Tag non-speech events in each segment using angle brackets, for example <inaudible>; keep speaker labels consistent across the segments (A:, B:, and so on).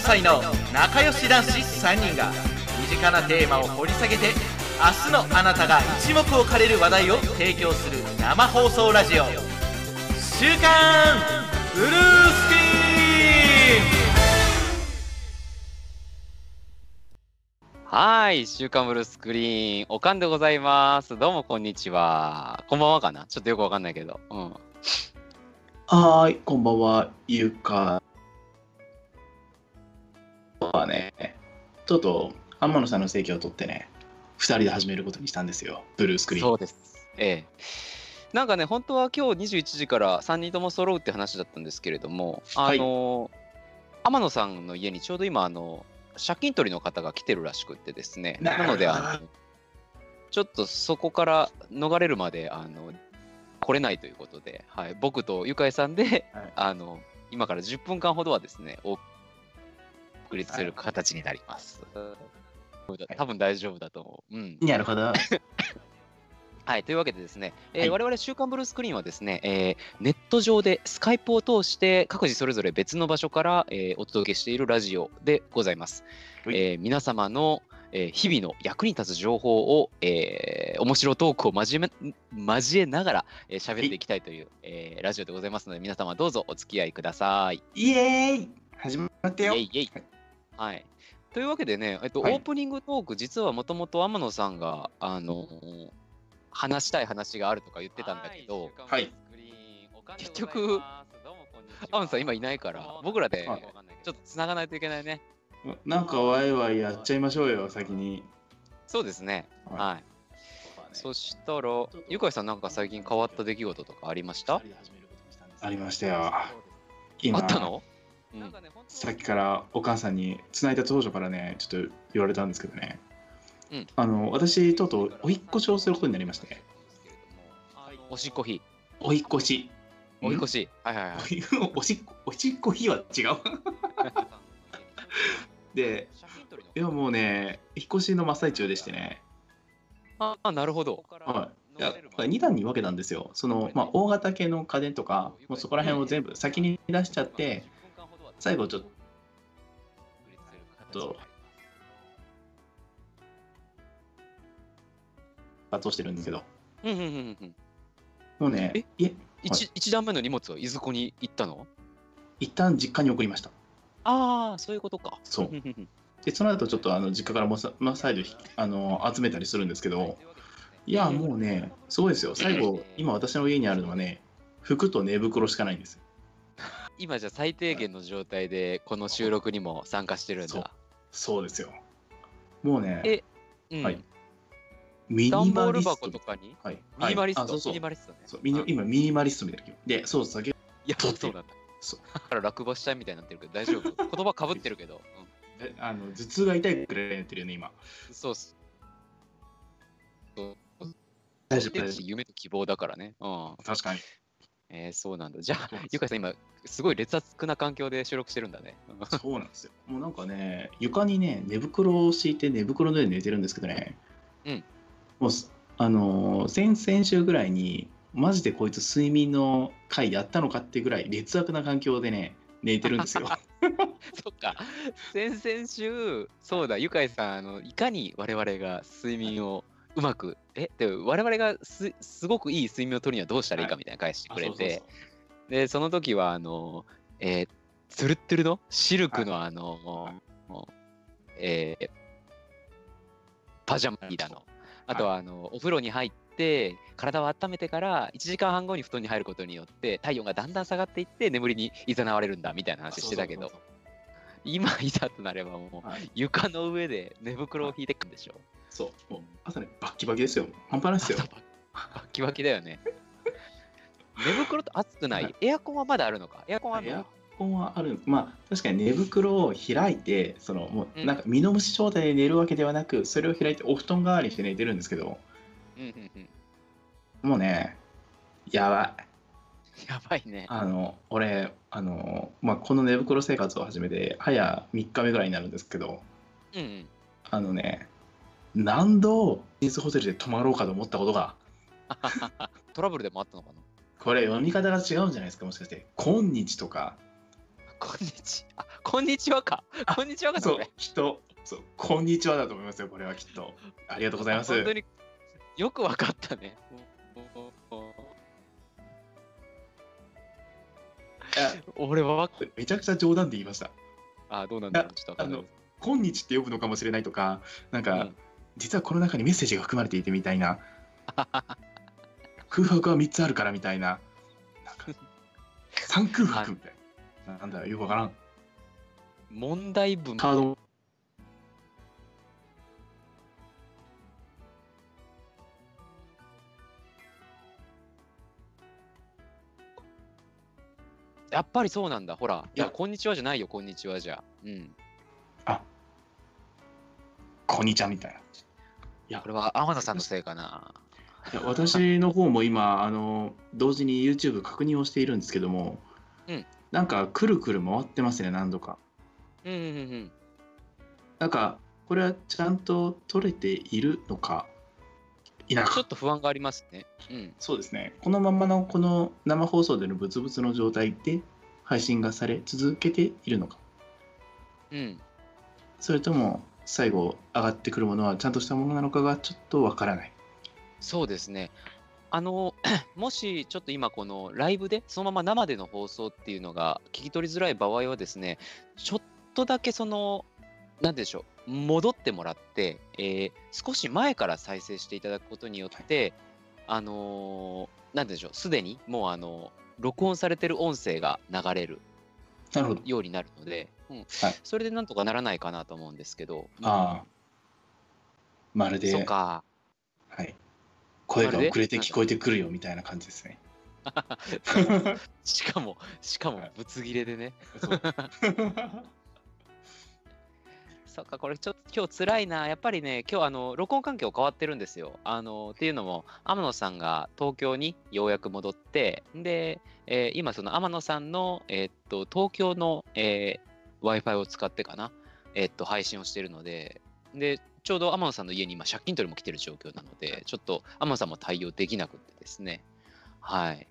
A: 歳の仲良し男子3人が身近なテーマを掘り下げて明日のあなたが一目置かれる話題を提供する生放送ラジオ「週刊ブルースクリーン」
B: はい、週刊ブルースクリーン、おかんでございます。どうもこんにちは。こんばんはかなちょっとよくわかんないけど。うん。
C: はーい、こんばんは、ゆうか。はね、ちょっと天野さんの席を取ってね、二人で始めることにしたんですよ、ブルースクリーン。
B: そうです。ええ。なんかね、本当は今日21時から3人とも揃うって話だったんですけれども、あの、天野さんの家にちょうど今、あの、借金取りの方が来てるらしくってですね。
C: な
B: な
C: るほど
B: ので、あの、ちょっとそこから逃れるまで、あの、来れないということで、はい、僕とゆかいさんで、
C: はい
B: あの、今から10分間ほどはですね、お送りする形になります。多分大丈夫だと思う。うん。
C: なる
B: <laughs>
C: ほど。
B: はい、というわけでですね、えー
C: はい
B: 我々週刊ブルースクリーンはですね、えーネット上でスカイプを通して各自それぞれ別の場所から、えーお届けしているラジオでございます。
C: はい
B: えー皆様の、えー日々の役に立つ情報を、えー面白トークを交え交えながらえー喋っていきたいという、えーラジオでございますので、皆様どうぞお付き合いください。
C: イエーイ始まってよ
B: イェ。イイェイはい。というわけでね、えっと、
C: はい
B: オープニングトーク、実はもともと天野さんが、あのー話したい話があるとか言ってたんだけど、
C: はい
B: 結局、天野さん今いないから、僕らで
C: はい
B: ちょっと繋がないといけないね。
C: なんかワイワイやっちゃいましょうよ、先に。
B: そうですね。
C: は
B: はい。
C: い
B: そしたら、ゆかいさんなんか最近変わった出来事とかありました
C: ありましたよ。今
B: あったの、うん
C: さっきからお母さんに繋いだ当初からねちょっと言われたんですけどね、
B: うん
C: あの私とうとうお引っ越しをすることになりまして
B: おしっこひ。
C: お引っ越 <laughs> し
B: お引っ越
C: し
B: し。はいはい
C: <laughs>
B: はい。
C: おしっこおしっこ日は違うでいやもうね引っ越しの真っ最中でしてね、
B: ああ、なるほど。
C: はい、いや2段に分けたんですよその、まあ、大型系の家電とかもうそこら辺を全部先に出しちゃって最後ちょっと圧倒してるんですけど
B: うんうんうんうん。
C: もうね
B: え
C: いえ
B: 一一段目の荷物はいずこに行ったの
C: 一旦実家に送りました
B: ああ、そういうことか。
C: そう
B: うんうんうん
C: でその後ちょっとあの実家からもさまあ再度ひあの集めたりするんですけどいやもうねすごいですよ最後今私の家にあるのはね服と寝袋しかないんですよ
B: 今じゃ最低限の状態でこの収録にも参加してるん
C: そう
B: だ。
C: そうですよもう
B: え
C: ね
B: うん
C: はいミニマ
B: 段ボール
C: リスト
B: 箱とかに
C: はい
B: ミニマリス
C: はいあ
B: ト。
C: そうそ
B: ミ
C: う
B: ニマリストね。
C: そうミニ
B: うんい
C: 今ミニマリストみたいな気分でそうそうだけ
B: や、
C: 撮って
B: そうなんだ。
C: そう
B: だから落馬したいみたいになってるけど大丈夫。 <laughs> 言葉かぶってるけど。
C: えあの頭痛が痛いくらいやってるよね今
B: うんそうっす。そう
C: 大丈夫
B: で
C: 大丈
B: 夢と希望だからね。うん。
C: 夫確かに
B: えー、そうなんだ。じゃあ
C: そうなん、です
B: ゆかいさん、今、すごい劣悪な環境で収録してるんだね。 <laughs>
C: そうなんですよ <laughs> もうなんかね床にね寝袋を敷いて寝袋の上で寝てるんですけどね
B: うん
C: もうすあのー先々週ぐらいにマジでこいつ睡眠の回やったのかってぐらい劣悪な環境でね寝てるんですよ
B: <laughs> そっか、先々週、そうだ、ゆかいさん、あのいかに我々が睡眠をうまく、え、でも我々がすすごくいい睡眠を取るにはどうしたらいいかみたいな返してくれて、で、その時は、あの、えー、ツルッツルのシルクの、あの、もうもうえーパジャマ着だの、あとは、あの、お風呂に入って、体を温めてから1時間半後に布団に入ることによって体温がだんだん下がっていって眠りに誘われるんだみたいな話してたけど
C: そうそうそう
B: 今いざとなればもう
C: はい
B: 床の上で寝袋を引いてくんでしょ
C: そうもう朝ねバッキバキですよ半端ないですよ
B: 朝ババッキバキだよね寝袋って暑くないエアコンはまだあるのかエアコンはある
C: エ
B: の
C: アコンはあるまあ確かに寝袋を開いてそのも
B: う
C: うんなんか身の虫状態で寝るわけではなくそれを開いてお布団代わりにして寝てるんですけど
B: うんうんうん
C: もうねやばい
B: <laughs> やばいね
C: あの俺あの、まあ、この寝袋生活を始めて早3日目ぐらいになるんですけど
B: うんうん
C: あのね何度ビジネスホテルで泊まろうかと思ったことが
B: トラブルでもあったのかな <laughs>
C: これ読み方が違うんじゃないですかもしかして「今日」とか
B: こんにちは。こんにちはか。こんにちはか
C: そう
B: これ、
C: きっと、そう、こんにちはだと思いますよ、これはきっと。ありがとうございます。
B: 本当によくわかったね。俺は、
C: めちゃくちゃ冗談で言いました。
B: あ、どうなんだろう。ちょっとわかんないです。
C: 今日って呼ぶのかもしれないとか、なんか、
B: うん
C: 実はこの中にメッセージが含まれていてみたい
B: <laughs>
C: な。空白は3つあるからみたいな。なんか3空白みたいな。なんだよ、よくわからん。
B: 問題文
C: カード
B: やっぱりそうなんだ、ほら。い
C: いや
B: や、こんにちはじゃないよ、こんにちはじゃ。うん。
C: こんにちはみたいな。
B: これは天野さんのせいかな。
C: いや私の方も今あの同時に YouTube 確認をしているんですけども、
B: うん
C: なんかくるくる回ってますね何度か
B: うんうんうん
C: なんかこれはちゃんと取れているのか否
B: うん。ちょ
C: か
B: っと不安がありますね。うん。
C: そうですねこのまんまのこの生放送でのブツブツの状態で配信がされ続けているのか
B: うん。
C: それとも最後上がってくるものはちゃんとしたものなのかがちょっとわからない
B: そうですね。あの <clears throat> もしちょっと今このライブでそのまま生での放送っていうのが聞き取りづらい場合はですねちょっとだけその何でしょう戻ってもらって、えー少し前から再生していただくことによって、あの何でしょうすでにもうあの録音されてる音声が流れる
C: なるほど
B: ようになるので、うんそれでなんとかならないかなと思うんですけど、
C: ああまるで
B: そうか
C: はい。声が遅れて聞こえてくるよみたいな感じですね。
B: しかもしかも
C: はい
B: ぶつ切れでね
C: <laughs> そう
B: そっか、これちょっと今日辛いな。やっぱりね、今日あの、録音環境変わってるんですよ。あの、っていうのも、天野さんが東京にようやく戻って、で、えー今その天野さんの、えーっと、東京の、えー Wi-Fi を使ってかな、えーっと、配信をしてるので、で、ちょうど天野さんの家に今、借金取りも来てる状況なので、ちょっと天野さんも対応できなくってですね。はい。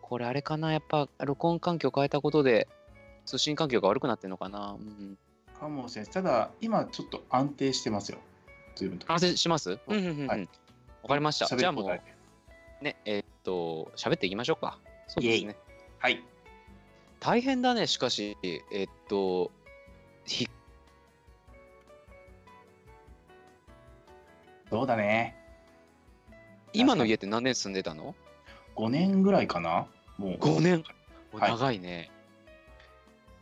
B: これあれかな、やっぱ録音環境変えたことで、通信環境が悪くなってるのかな。うん
C: かもしれない。ただ、今ちょっと安定してますよ。随分と。
B: 反省しますうんうんうんうん。わ、
C: はい
B: かりました。
C: 喋
B: じゃあ
C: る
B: も、
C: ことないう
B: ね、えーっと、喋っていきましょうか。そうですね。
C: はい。
B: 大変だね、しかし、えーっと、ひ
C: そうだね。
B: 今の家って何年住んでたの
C: 5年ぐらいかなもう。
B: 五年。
C: はい
B: 長いね。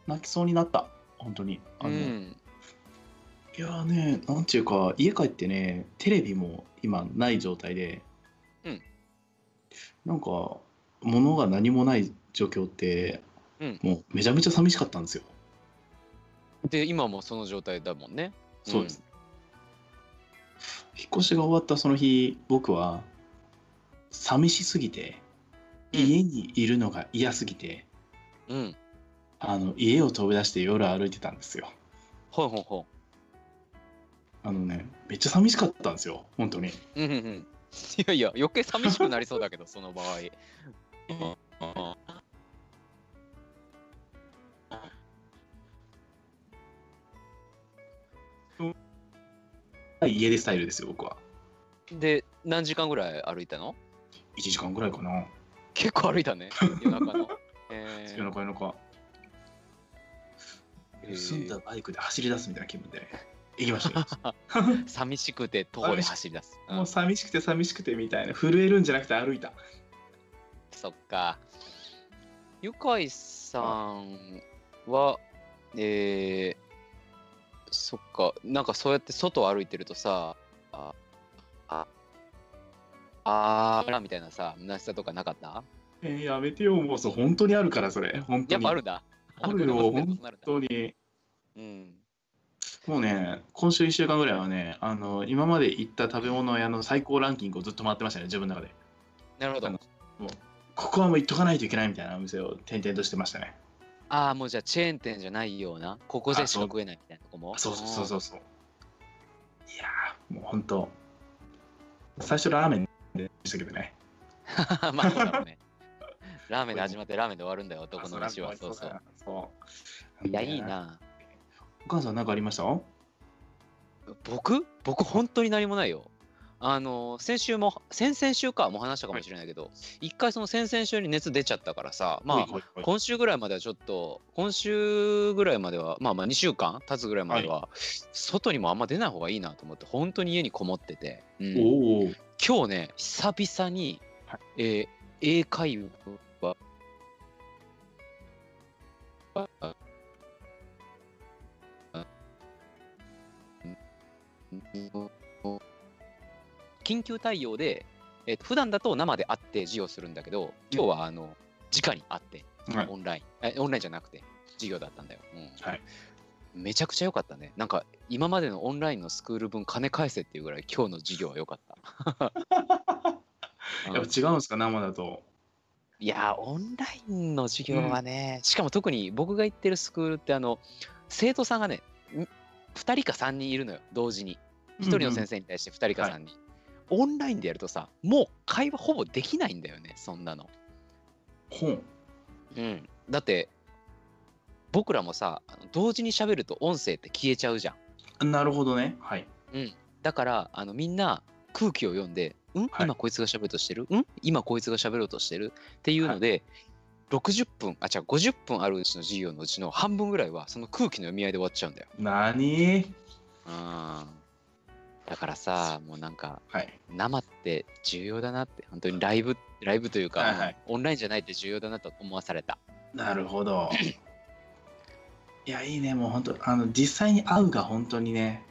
C: 泣きそうになった。本当に。あの
B: うん。
C: いやーね、なんていうか、家帰ってね、テレビも今ない状態で、
B: うん
C: なんか、物が何もない状況って、
B: うん
C: もうめちゃめちゃ寂しかったんですよ。
B: で、今もその状態だもんね。
C: そうです、引っ越しが終わったその日僕は寂しすぎて
B: うん
C: 家にいるのが嫌すぎて、
B: うん。
C: あの家を飛び出して夜歩いてたんですよ
B: ほんほんほ
C: あのねめっちゃ寂しかったんですよ本当に
B: ん。うんうんうん。いやいや、余計寂しくなりそうだけど、 <laughs> その場合。
C: 家出スタイルですよ僕は
B: で、何時間ぐらい歩いたの
C: 1時間ぐらいかな
B: 結構歩いたね。夜中
C: <laughs>
B: の。えー
C: 夜中夜中
B: へー
C: 盗んだバイクで走り出すみたいな気
B: <laughs>
C: 分で行きましたよ
B: 寂しくて徒歩で走り出す。
C: もう寂しくて寂しくてみたいな震えるんじゃなくて歩いた
B: そっか。ゆかいさんは、えー、そっか、なんかそうやって外を歩いてるとさ、あ、あ、あーらみたいなさ、虚しさとかなかった
C: えーやめてよもうそう本当にあるからそれ本当
B: や
C: に
B: っぱあるんだ。
C: あるよ
B: そうなるんだ
C: 本当に
B: うん。
C: もうね今週1週間ぐらいはねあの今まで行った食べ物屋の最高ランキングをずっと回ってましたね自分の中で
B: なるほど
C: あ。のここはもう行っとかないといけないみたいなお店を転々としてましたね
B: ああ、もうじゃあチェーン店じゃないような、ここでしか
C: あそう
B: 食えないみたいなとこも。
C: あそうそうそう
B: う。
C: そうそういやーもう本当最初ラーメンでしたけどね
B: <laughs> まあそうだろうね。ラーメンで始まってラーメンで終わるんだよ、男の話は。そうそう。。
C: そう。
B: いや、いい。な。
C: お母さん、なんかありました
B: 僕僕、本当に何もないよ。あの、先週も、先々週か、もう話したかもしれないけど、一回その先々週に熱出ちゃったからさ、まあ、
C: はいはいはい
B: 今週ぐらいまではちょっと、今週ぐらいまでは、まあまあ2週間経つぐらいまでは、外にもあんま出ない方がいいなと思って、本当に家にこもってて、うん
C: おお。
B: 今日ね、久々に、
C: はい
B: えー英会話、緊急対応で、えーと普段だと生で会って授業するんだけど、今日はあの直に会って、
C: はい
B: オンライン、えオンラインじゃなくて、授業だったんだよ。うん
C: はい
B: めちゃくちゃ良かったね。なんか、今までのオンラインのスクール分、金返せっていうぐらい、今日の授業は良かった。
C: <laughs>
B: <laughs> うん
C: やっぱ違うんですか、生だと。
B: いやー、オンラインの授業はね、しかも特に僕が行ってるスクールって、あの、生徒さんがね、ん2人か3人いるのよ、同時に。1人の先
C: 生。
B: 生に対して2人か
C: はい
B: 3人。オンラインでやるとさ、もう会話ほぼできないんだよね、そんなの。
C: 本。
B: うん、だって僕らもさあの同時に喋ると音声って消えちゃうじゃん。
C: なるほどね。はい。
B: だからあのみんな空気を読んで「ん
C: はい
B: 今こいつが喋ろうとしてる、ん今こいつが喋ろうとしてる」っていうので、60分あ違う50分あるうちの授業のうちの半分ぐらいはその空気の読み合いで終わっちゃうんだよ。
C: 何
B: だからさもうなんか
C: はい。
B: 生って重要だなって本当にライブライブというか、
C: はいはい
B: オンラインじゃないって重要だなと思わされた。
C: なる
B: <laughs>
C: ほど。いや、いいね。もう本当、あの、実際に会うが本当にね、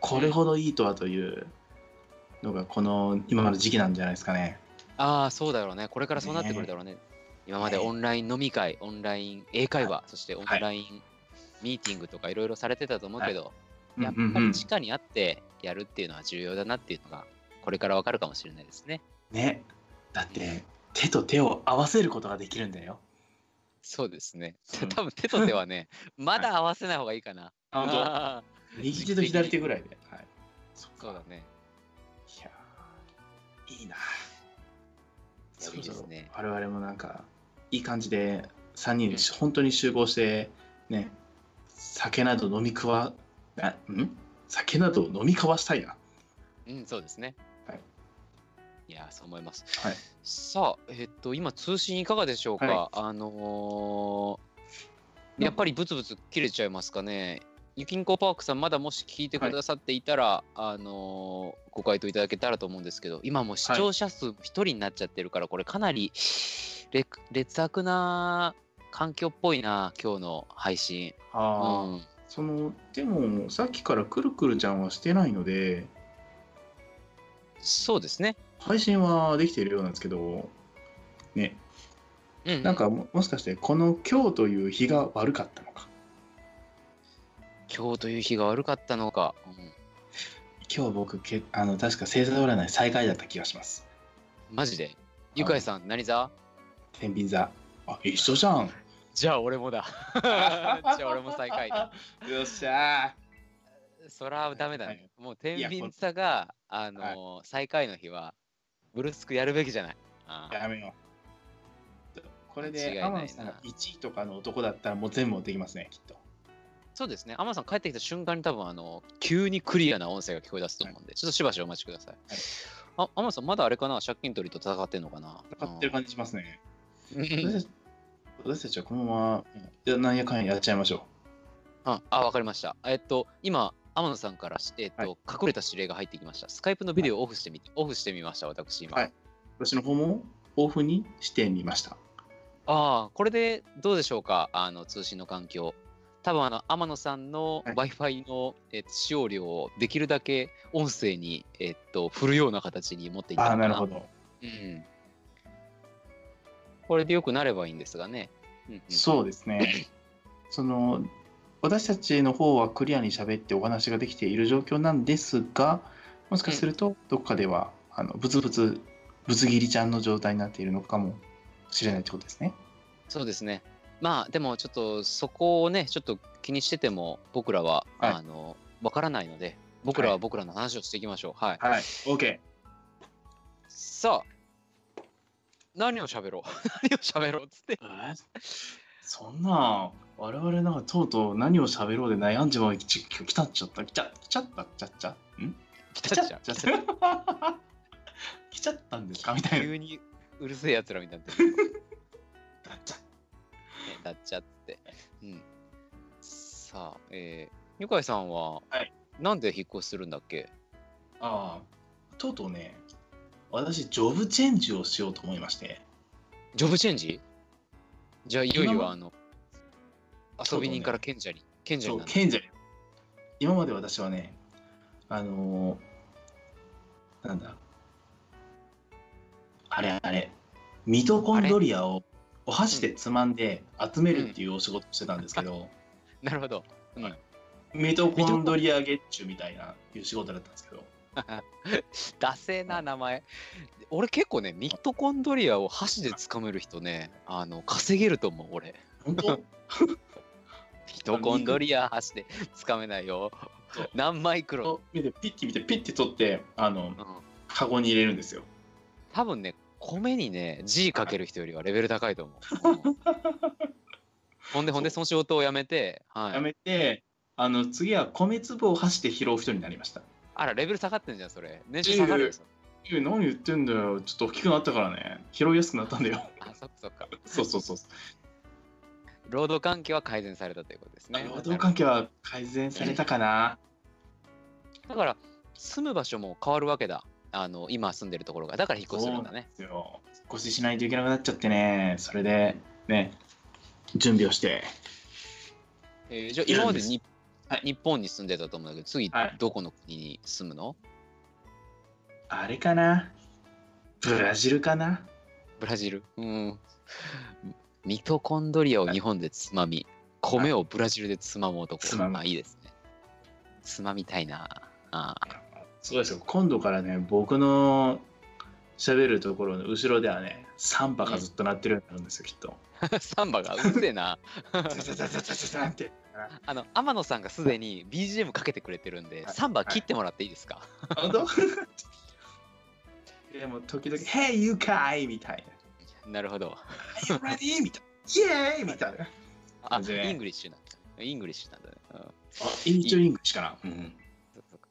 C: これほどいいとはというのが、この今の時期なんじゃないですかね。
B: ああ、そうだろうね。これからそうなってくるだろうね。今まで
C: ねえ
B: オンライン飲み会、オンライン英会話、そしてオン
C: はい
B: ラインミーティングとかいろいろされてたと思うけど、
C: うん
B: やっ
C: うん
B: ぱ
C: う
B: り
C: ん
B: 地下にあってやるっていうのは重要だなっていうのが、これからわかるかもしれないですね。
C: ね。だって、手と手を合わせることができるんだよ。
B: そうですね。
C: うん
B: 多分手と手は <laughs> ね、まだ合わせない方がいいかな。あ
C: あの右手と左手ぐらいで。はい。そっ
B: ーそうだね。
C: いやーいい
B: いや
C: な。そ
B: いい
C: ろ
B: で
C: そ
B: す
C: ろ
B: ね
C: 我々もなんかいい感じで3人
B: うん
C: 本当に集合してね酒など飲み食わあん酒など飲み交わしたいな。
B: うん、そうですね。
C: はい。
B: いやー、そう思います。
C: はい
B: さあ、えっと、今、通信いかがでしょうか、
C: は
B: あのーやっぱりブツブツ切れちゃいますかね。ゆきんこパークさん、まだもし聞いてくださっていたら、あのーご回答いただけたらと思うんですけど、今もう視聴者数1人になっちゃってるから、これかなり劣劣悪な環境っぽいな、今日の配信。
C: あ
B: うん、
C: そのでもさっきからくるくるちゃんはしてないので
B: そうですね。
C: 配信はできているようなんですけどね
B: うん、
C: なんかももしかしてこの今日という日が悪かったのか
B: 今日という日が悪かったのか。うん
C: 今日僕けあの確か星座占い最下位だった気がします。
B: マジでゆかいさん、何座
C: 天秤座あ一緒じゃん
B: じゃあ俺 <laughs> もだ。じゃあ俺も最下位だ。
C: よっしゃ
B: そらダメだね。もう天秤座が、あのー最下位の日は、ブルースクやるべきじゃない。あ
C: ーやめようこれ
B: 間違いない
C: で
B: な
C: 天野さんが1位とかの男だったらもう全部持ってきますねきっと
B: そうですね。アマさん帰ってきた瞬間に多分、あの急にクリアな音声が聞こえ出すと思うんで、ちょっとしばしお待ちください。あアマさん、まだあれかな借金取りと戦ってんのかな
C: 勝ってる感じしますね
B: うんうん
C: 私たち私たちはこのままなんやかんややっちゃいましょ
B: あ、あわかりました。えっと、今、天野さんから、えっと
C: はい
B: 隠れた指令が入ってきました。スカイプのビデオをオフしてみ、オフしてみました、私今。
C: はいうん私の方もオフにしてみました
B: ああ、これでどうでしょうか、あの通信の環境。多分あの天野さんの
C: はい
B: Wi-Fi の、えっと使用量をできるだけ音声に、えっと振るような形に持っていった
C: ああ
B: のか
C: な
B: な
C: るほど
B: うん。これでよくなればいいんですがね。うんうん
C: そうで
B: <laughs>
C: すねその私たちの方はクリアに喋ってお話ができている状況なんですがもしかするとどこかでは、あのブツブツブツ切りちゃんの状態になっているのかもしれないってことですね
B: そうですね。まあでもちょっとそこをね、ちょっと気にしてても僕らは、
C: はい
B: あのわからないので、僕らは
C: はい
B: 僕らの話をしていきましょう。はい。
C: はい OK
B: さあ、何を喋ろう <laughs> 何を喋ろうっつって
C: えーそんな我々なんかとうとう何を喋ろうで悩んじまうききたっちゃったきたきちゃったきちゃっちゃん
B: 来
C: き
B: たじゃん
C: ちゃったきちゃったんですかみたいな
B: 急にうるせえやつらみたいになって
C: <laughs> だっちゃ
B: ねなっちゃって。うん。さあ、えー、ゆかいさんは、
C: はい
B: なんで引っ越しするんだっけ
C: ああとうとうね私ジョブチェンジをしようと思いまして
B: ジョブチェンジじゃあ、いよい
C: 今
B: よ
C: ま
B: あの、遊び人から賢者に、賢者
C: そ
B: に
C: う
B: なる。
C: 賢者今まで私はねあのーなんだあれあれミトコンドリアをお箸でつまんで集めるっていうお仕事をしてたんですけど、
B: なるほど。
C: ミトコンドリア月中みたいないう仕事だったんですけど
B: ダセーな名前。俺結構ね、ミトコンドリアを箸で掴める人ね、あの、稼げると思う、俺。
C: 本当
B: ミトコンドリア箸で掴めないよ
C: そう。
B: 何マイクロ。
C: こう見てピッて見てピッて取ってあの
B: うん
C: カゴに入れるんですよ
B: 多分ね米にね G かける人よりはレベル高いと思う。
C: <laughs>
B: うんほんでほんでその仕事を辞めて、はい、
C: やめてあの次は米粒を箸で拾う人になりました
B: あらレベル下がってんじゃんそれ年収下がるよそれ
C: え何言ってんだよちょっと大きくなったからね拾いやすくなったんだよ
B: あそっかそっか
C: <laughs> そうそうそう
B: 労働環境は改善されたということですね
C: 労働環境は改善されたかな
B: だから住む場所も変わるわけだあの今住んでるところがだから引っ越しするんだね
C: そうなんですよ引っ越ししないといけなくなっちゃってねそれでね準備をして
B: えーじゃあ今までに
C: はい
B: 日本に住んでたと思うんだけど次
C: はい
B: どこの国に住むの
C: あれかなブラジルかな
B: ブラジルうんミトコンドリアを日本でつまみ、米をブラジルでつまむ男
C: つまむ
B: あいいですねつまみたいなあ <laughs> ー
C: そうですよ今度からね僕の喋るところの後ろではねサンバがずっと鳴ってるようになるんですよきっ <laughs> と
B: サンバがうるせえな
C: ザザザザザザザンって
B: あの天野さんがすでに BGM かけてくれてるんで、
C: はい
B: サンバ切ってもらっていいですか、 <laughs>
C: 本当でも時々「Hey you guy!」みたいな
B: なるほど
C: 「Are you ready?」みたいな「イエーイ!」みたいな
B: あ
C: 感じね
B: イングリッシュなんだイングリッシュなんだね、うん
C: 一応イングリッシュかな、うん、
B: そっかそっか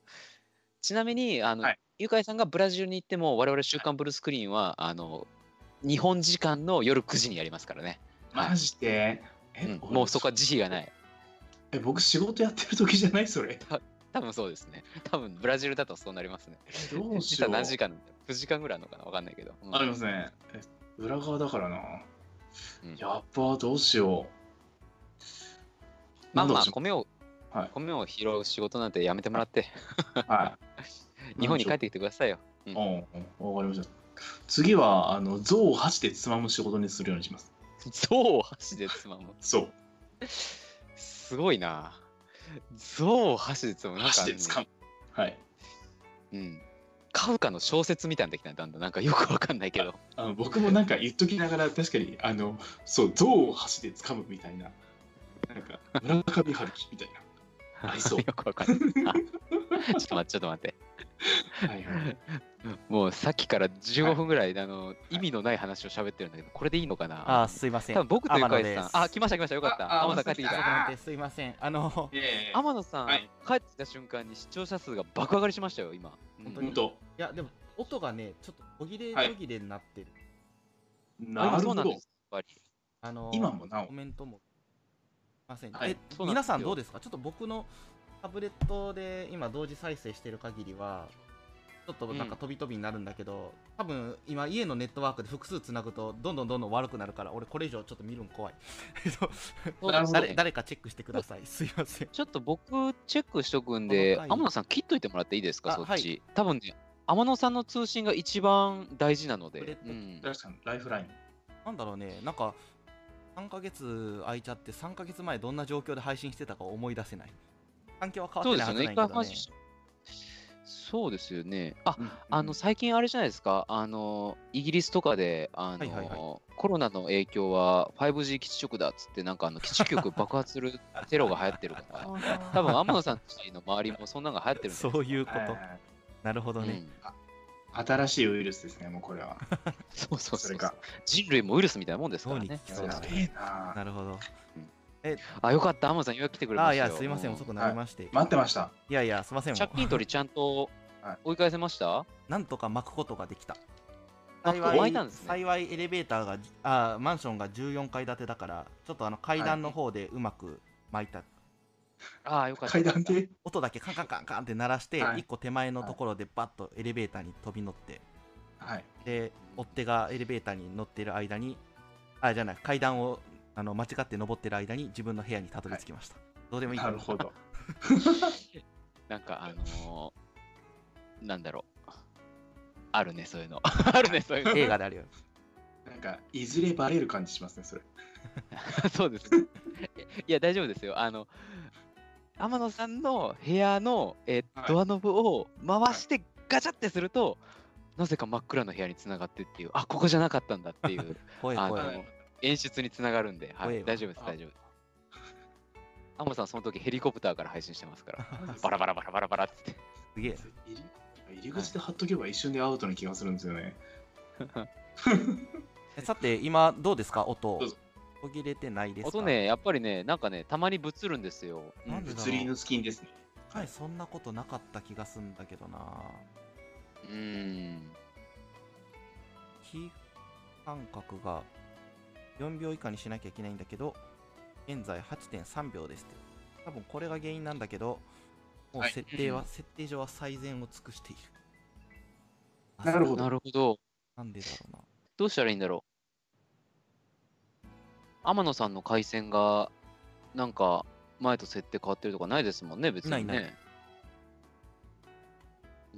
B: ちなみにあの、
C: はい
B: ゆかいさんがブラジルに行っても我々「週刊ブルースクリーンは」あの日本時間の夜9時にやりますからね、
C: マジで、え
B: うん
C: 俺
B: もうそこは慈悲がない
C: え僕仕事やってる時じゃないそれ
B: 多分そうですね。 <laughs> 多分ブラジルだとそうなりますね。
C: どうし
B: 実
C: よ
B: は
C: う
B: 何時間なんだよ ?9 時間ぐらいあるのかなわかんないけど。うん
C: ありますねえ裏側だからな、
B: うん
C: やっぱどうしよう
B: まあま
C: なん
B: あ、
C: だろ
B: 米を、
C: はい
B: 米を拾う仕事なんてやめてもら
C: <laughs>
B: って、
C: うは
B: <laughs>
C: い
B: 日本に帰っててきてくださいよ。うん
C: うんうんわかりました次はあの象を箸でつまむ仕事にするようにします
B: 象を箸でつまむ。
C: そう
B: すごいな。象を箸でつまむ。なんか、
C: 箸でつかむはい
B: うん。カフカの小説みたいな時なんだんだん。なんかよくわかんない
C: <laughs>
B: けど。
C: あの僕もなんか言っときながら確かにあのそう象を箸でつかむみたいななんか村上春樹みたいありそう
B: よくわかんない。あちょっと待って、ちょっと待って。
C: なはいはい
B: もうさっきから15分ぐらい、あの意味のない話を喋ってるんだけど、これでいいのかな
D: あーすいません
B: 多分僕とゆかいさん。あ、来
D: ま
B: ました来ました。よかっ
C: あ
B: た。
C: あ
B: 天野さん帰ってき
C: ま
B: た。
C: た
D: すいませんあの
C: ええ
B: 天野さん、
C: はい
B: 帰ってきた瞬間に視聴者数が爆上がりしましたよ、今。うん
D: 本当
C: 本
D: に
C: 当
D: いやでも音がねちょっと途切れ
C: はい
D: 途切れになってる、
B: あ
C: な
B: 今
C: る
B: そ
C: ほ
B: うなん
C: ど
B: です。やっぱり
D: あの
C: 今もなお
D: コメントもすいません、
C: はい
D: え
B: そうなんですよ
D: 皆さんどうですかちょっと僕のタブレットで今同時再生してる限りはちょっとなん
B: うん
D: か飛び飛びになるんだけど、多分今家のネットワークで複数つなぐとどんどんどんどん悪くなるから俺これ以上ちょっと見るん怖いえっと
B: そう
C: なるほど
D: <laughs> 誰 <laughs> 誰かチェックしてください <laughs> すいません
B: ちょっと僕、チェックしとくんで、
D: この回
B: 天野さん、切っといてもらっていいですか、
D: あ
B: そっち。
D: はい
B: 多分ね、天野さんの通信が一番大事なの
D: これ
B: で。うん
C: 確かにライフライン
D: なんだろうねなんか3ヶ月空いちゃって3ヶ月前どんな状況で配信してたか思い出せない環境は変
B: そ
D: わっ
B: うで
D: て
B: す
D: な
B: よ
D: い
B: ね、
D: はずないけ
B: 一回
D: どね
B: 話しそうですよね。あ、
C: うん
B: あの最近あれじゃないですか、あのイギリスとかであの、
D: はいはいはい
B: コロナの影響は 5G 基地局だっつって、なんかあの基地局爆発
D: <laughs>
B: するテロが流行ってるから、多分天野さんたちの周りもそんなのが流行ってるんだよ
D: <laughs> そういうこ
C: はい
D: と
C: はい
D: なるほどね、
B: うん
C: 新しいウイルスですね、もうこれは。
B: そうそうそう
C: それか。
B: 人類もウイルスみたいなもんですからね。
D: そう
C: や
D: に
C: べえな
D: なるほど
B: あ、よかった、アマンさん予約来てくれま
D: あ
B: した
D: あい
B: よ。
D: やすいません遅くなりまして、
C: 待ってました。
D: いやいやすいませんも
B: 借金
D: う
B: 取りちゃんと
C: はい
B: 追い返せました
D: なんとか巻くことができた
B: あ
D: 幸
B: 湧い
D: い
B: たんですね。
D: 幸いエレベーターがあマンションが14階建てだからちょっとあの階段の方でうまく巻いた、
B: ああ、よかった。
C: 階段で。
D: 音だけカンカンカンカンって鳴らして、
C: はい
D: 1個手前のところでバッとエレベーターに飛び乗って
C: はい。
D: で追っ手がエレベーターに乗ってる間にあじゃない階段をあの間違って登ってる間に自分の部屋にたどり着きました、どうでもいい
C: なるほど。
B: なんかあのー、なんだろう。あるね、そういうの。 <laughs> あるね、そういうの。
D: 映画であるよ
C: なんか、いずれバレる感じしますね、それ。
B: <laughs> そうですね。いや、大丈夫ですよ。あの、天野さんの部屋の、えー
C: はい
B: ドアノブを回してガチャってすると、なぜか真っ暗な部屋に繋がってっていう、あ、ここじゃなかったんだっていう、
D: 怖い
B: あ
D: 怖い
B: の、演出につながるんで、は
D: 怖い
B: い、
D: わ
B: 大丈夫です、
C: あ
B: 大丈夫です。天野さん、その時ヘリコプターから配信してま
D: <laughs>
B: すから、バ
C: バ
B: ラバラバラバラバラっつって。
D: <laughs> すげえ
C: 入り入り口で貼っとけば一瞬でアウトな気がするんですよね。
D: えさて今どうですか音
C: どうぞ
D: 途切れてないですか
B: 音ね、やっぱりね、なんかね、たまにぶつるんですよ。うん
D: なんでだろう
C: 物理のスキンですね。
D: はいそんなことなかった気がすんだけどな
B: うん。
D: 非感覚が4秒以下にしなきゃいけないんだけど現在8.3秒ですって多分これが原因なんだけどもう
C: はい
D: 設定は、
B: うん
D: 設定上は最善を尽くしている
C: なるほど
B: なるほど。
D: なんでだろうな
B: どうしたらいいんだろう天野さんの回線がなんか前と設定変わってるとかないですもんね別にね
D: ないない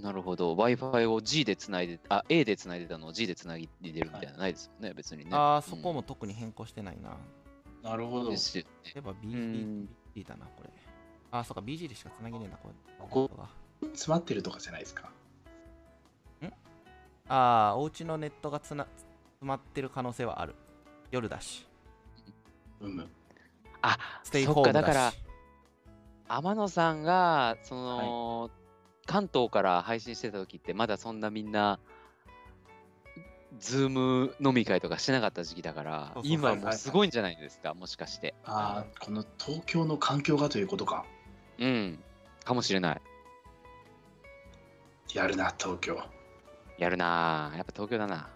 B: なるほど w i f i を G でつないであ A でつないでたのを G でつないでるみたいなのないですもんね、別にね
D: ああそこも特に変更してないな、
C: なるほ
B: うん
C: ど
B: で。すよね
D: 例えば
B: う
D: BG
B: ん
D: BG だなこれああそうか BG でしかつなげねえなこれ
C: こ
D: こ
C: 詰まってるとかじゃないですか。
D: ああお家のネットがつな詰まってる可能性はある夜だし
C: うむ。
B: あ
D: ステイ
B: そ
D: ホ
B: っ
D: ー
B: か
D: ムだ
B: だ
D: し
B: から天野さんがその、関東から配信してた時ってまだそんなみんなズーム飲み会とかしてなかった時期だから
D: そうそう
B: 今もうすごいんじゃないですかもしかして
C: ああ、この東京の環境がということか。
B: うんかもしれない
C: やるな、東京。
B: やるなあやっぱ東京だな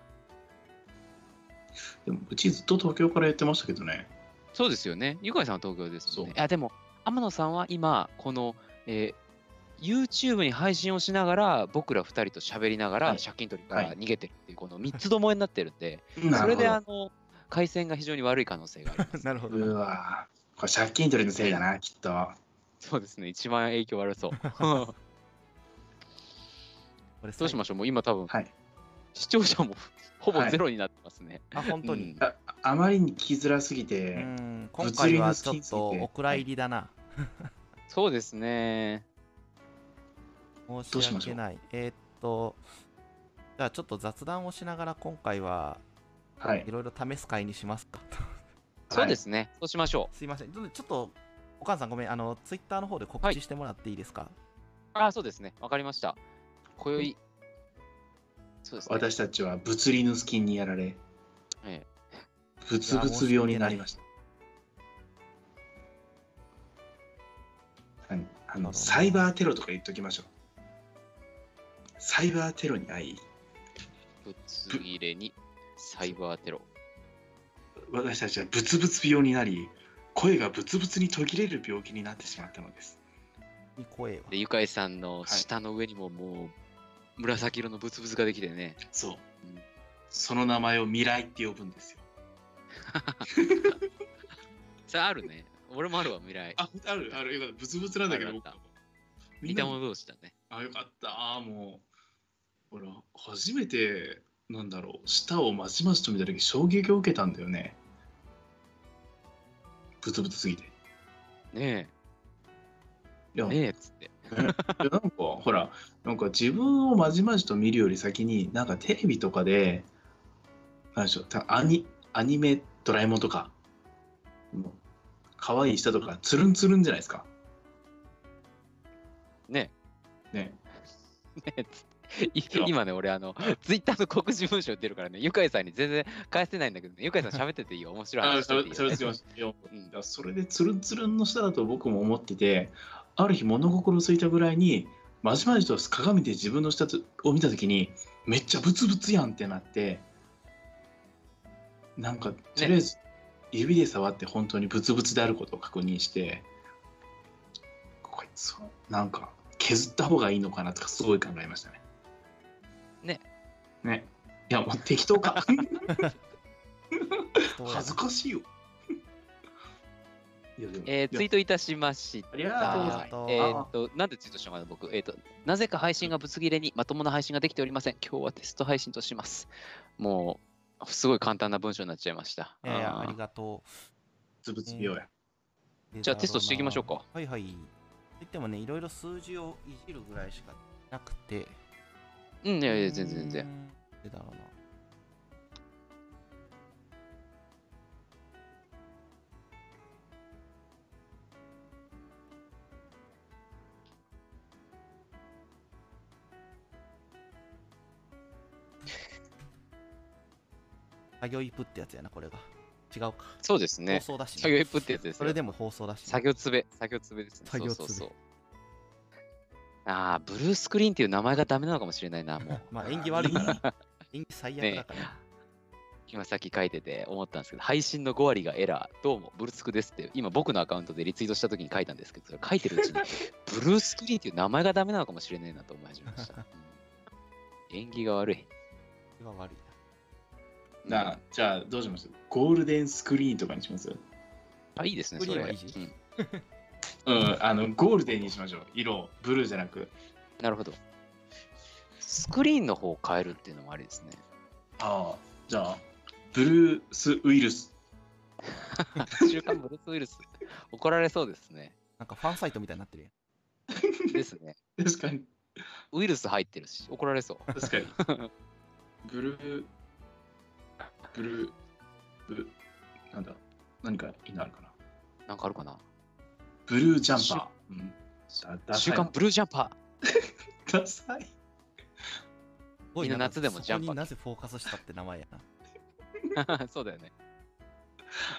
C: でも、うちずっと東京からやってましたけどね。
B: そうですよねゆかいさんは東京ですもんね
C: そう
B: いやでも天野さんは今この、えー YouTube に配信をしながら僕ら2人と喋りながら、
C: はい
B: 借金取りから
C: はい
B: 逃げてるっていうこの3つどもえになってるんで
C: な
B: それ
C: るほ
B: で
C: ど
B: あの回線が非常に悪い可能性がありま
D: <laughs>
B: す。
D: なるほどな
C: うわーこれ借金取りのせいだな、きっと。
B: そうですね、一番影響悪
C: <laughs>
B: そう。 <laughs> ど
D: これ
B: うしましょう、もう今多分
C: はい。
B: 視聴者も <laughs> ほぼ
C: はい
B: ゼロになってますね。
D: あ本当に、
B: うん
C: ああまりに聞きづらすぎ
D: う
C: て、
D: ん、今
C: 物
D: 回
C: 理
D: は
C: の
D: ちょっ
C: スキン
D: と
C: について
D: お蔵入りだな。
B: そうですね。
D: 申
C: う
D: し
C: しましょ
D: 訳
C: う
D: ない。えーっと、じゃあちょっと雑談をしながら今回は
C: はい
D: い。ろいろ試す会にしますか。 <laughs>
B: そうですね、そうしましょう。
D: すいません。ちょっとちょっと、お母さんごめん、あの、ツイッターの方で告
B: はい
D: 知してもらっていいですか。
B: ああ、そうですね、わかりました。今宵、そうですね。
C: 私たちは物理のスキンにやられ、
B: え
C: ぶつぶつ病になりました。
D: なる
C: あのあ
D: ほ
C: の
D: ど
C: サイバーテロとか言っときましょう。サイバーテロに遭い、
B: えぶつ切れにサイバーテロ。
C: 私たちはぶつぶつ病になり、声がぶつぶつに途切れる病気になってしまったのです。
D: に声は。
B: で、ゆかいさんの
C: い
B: 下の上にももう紫色のブツブツができてね。
C: そう
B: うん。
C: その名前を未来って呼ぶんですよ。
B: それあるね。俺もあるわ、未来。
C: あ、ある、ある、よかったブツブツなんだけど、
B: ある
C: 僕
B: あった
C: み
B: 似
C: んな
B: た者同士だね。
C: あ、よかった。あーもう、俺、初めて、なんだろう、舌をまじまじと見たとき、衝撃を受けたんだよね。ブツブツすぎて。い
B: ね
C: や、
B: え、ねえっつって。
C: いやなんか、ほら、なんか自分をまじまじと見るより先に、なんかテレビとかで、なんでしょう、たアニアニメ、ドラえもんとか、もう可愛い舌とか、つるんつるんじゃないですか。
B: ね
C: ね。
B: え。ねえっつって。い今ね、俺、あの、 <laughs> ツイッターの告示文書出るからね、ゆかいさんに全然返せないんだけどね、ゆかいさん喋ってていいよ、面白い
C: あ
B: 話
C: あ、
B: し
C: そ
B: てて
C: れ
B: いい
C: そ
B: よ
C: れ
B: ね。
C: すいませんいや
B: うん
C: だからそれでつるんつるんの下だと僕も思っててある日物心ついたぐらいにまじまじと鏡で自分の下を見た時にめっちゃブツブツやんってなってなんかとりあえず指で触って本当にブツブツであることを確認してこいつをなんか削った方がいいのかなとかすごい考えましたね。
B: ね。
C: ね。いやもう適当
B: <laughs>
C: か
D: どうやら
C: 恥ずかしいよ。 <laughs> いやでも
B: え
C: い
B: ー、
C: や
B: ツイートいたしました。
C: ありがとうご
B: あ
C: ざいます。
D: あ
B: ー
D: り
B: え
D: がとう
B: ーっと、なんでツイートしたのかな、僕。えーっと、なぜか配信がぶつ切れに、まともな配信ができておりません。今日はテスト配信とします。もう、すごい簡単な文章になっちゃいました。
D: いやいや
B: あ
D: あ
B: ー
D: りがと
C: つぶつぶようや。
D: う。
B: じゃあ、テストしていきましょう
D: か。
B: か。
D: はいはい。といってもね、いろいろ数字をいじるぐらいしかなくて。い
B: うん、いやいや、全然全然。。
D: でだろ
B: <laughs>
D: うな。作業イプってやつやな、これが。違うか。
B: そうですね
D: 放。送だしね、
B: 作業イプってやつですよ
D: それでも放送だしね、
B: 作業つべ、作業つべですね。
D: 作業つべ
B: そうそうそうああ、ブルースクリーンっていう名前がダメなのかもしれないな、もう。
D: まあ演技悪い
B: <laughs>
D: から。演技最悪だから。
B: 今さっき書いてて思ったんですけど、配信の5割がエラー、どうも、ブルースクですって、今僕のアカウントでリツイートした時に書いたんですけど、それ書いてるうちに、ブルースクリーンっていう名前がダメなのかもしれないなと思い始めました。うん縁起が悪い。
D: 今悪いな。
C: なあじゃあどうしますゴールデンスクリーンとかにします
B: あ、いいですね、
D: スク
B: そ
D: リー
B: れ。
D: ンは維持
B: うん、
C: うん、あの、ゴールデンにしましょう。色を、ブルーじゃなく。
B: なるほど。スクリーンの方を変えるっていうのもありですね。
C: ああ、じゃあ、ブルースウイルス。
B: 週刊ブルースウイルス、怒られそうですね。
D: なんかファンサイトみたいになってるやん。
B: ですね。
C: 確かに、
B: ウイルス入ってるし、怒られそう。
C: 確 <laughs> かに。ブルー、ブルー、ブ、なんだ、何かいいのあるかな。
B: なんかあるかな
C: ブルージャンパー。うん、だダサ
B: 週
C: い
B: 刊ブルージャンパ
C: ダサい。
D: すごい
B: みんな
D: なんか
B: 夏でもジャンパ
D: そ
B: ー
D: こになぜフォーカスしたって名前や
B: <laughs>
D: な。
B: ー。 <laughs> そうだよね。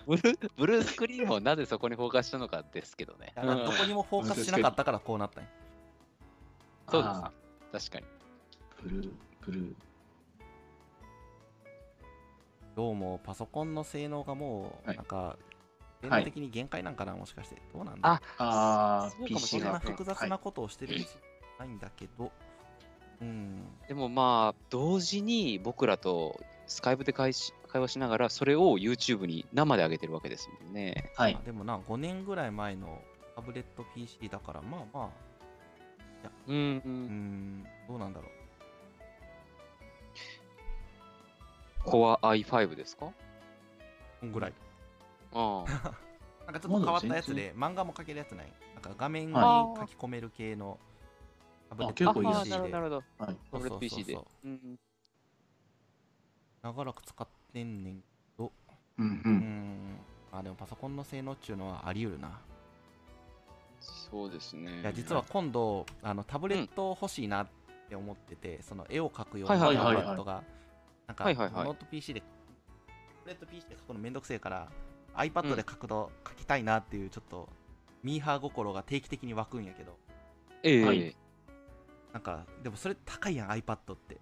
B: ブルーブルースクリーンをなぜそこにフォーカスしたのかですけどね。
D: いやどこにもフォーカスしなかったからこうなったんや。
B: そうです
C: あ
B: 確かに。
C: ーブルー、ブルー。
D: どうもパソコンの性能がもう、
C: はい
D: なんか、
C: い
D: 電能的に限界なんかな、もしかして。どうなんだ
B: あ
C: あ
B: そう
C: あ、
B: かもし
D: そ
B: れ
D: ん
B: い
D: な
B: ね
D: 複雑
C: は
D: ないことをしてるんじゃないんだけど。うん。
B: でもまあ、同時に僕らとスカイプで会し会話しながら、それを YouTube に生で上げてるわけですもんね。
C: はい
D: まあ。でもな、5年ぐらい前のタブレット PC だから、まあまあ、
B: うん、う。
D: うんん、どうなんだろう。
B: Core i5 ですか
D: こんぐらい。
B: ああ。
D: なんかちょっと変わったやつで、漫画も描けるやつない。なんか画面に
B: は
D: 書
B: い
D: き込める系のタブ
C: あ結構いい
B: あ
C: や
B: あ
C: つ
B: なるほど、なるほど。
C: はい。
D: そうそうそうそう
B: PC で。うん
D: 長らく使ってんねん。
C: うんう。
D: うんん。あ、でもパソコンの性能っていうのはあり得るな。
B: そうですね。
D: いや、実は今度、あのタブレット欲しいなって思ってて、その絵を描くようなタ
B: は
D: ブ
B: い
D: レ
B: はいはいはい
D: ットが、なんか、
B: はいはいはい
D: ノート PC で、タブレット PC で描くのめんどくせえから、iPad で描くの、描きたいなっていう、ちょっと、ミーハー心が定期的に湧くんやけど、
B: ええ
C: はい
D: なんか、でもそれ高いやん、iPad って。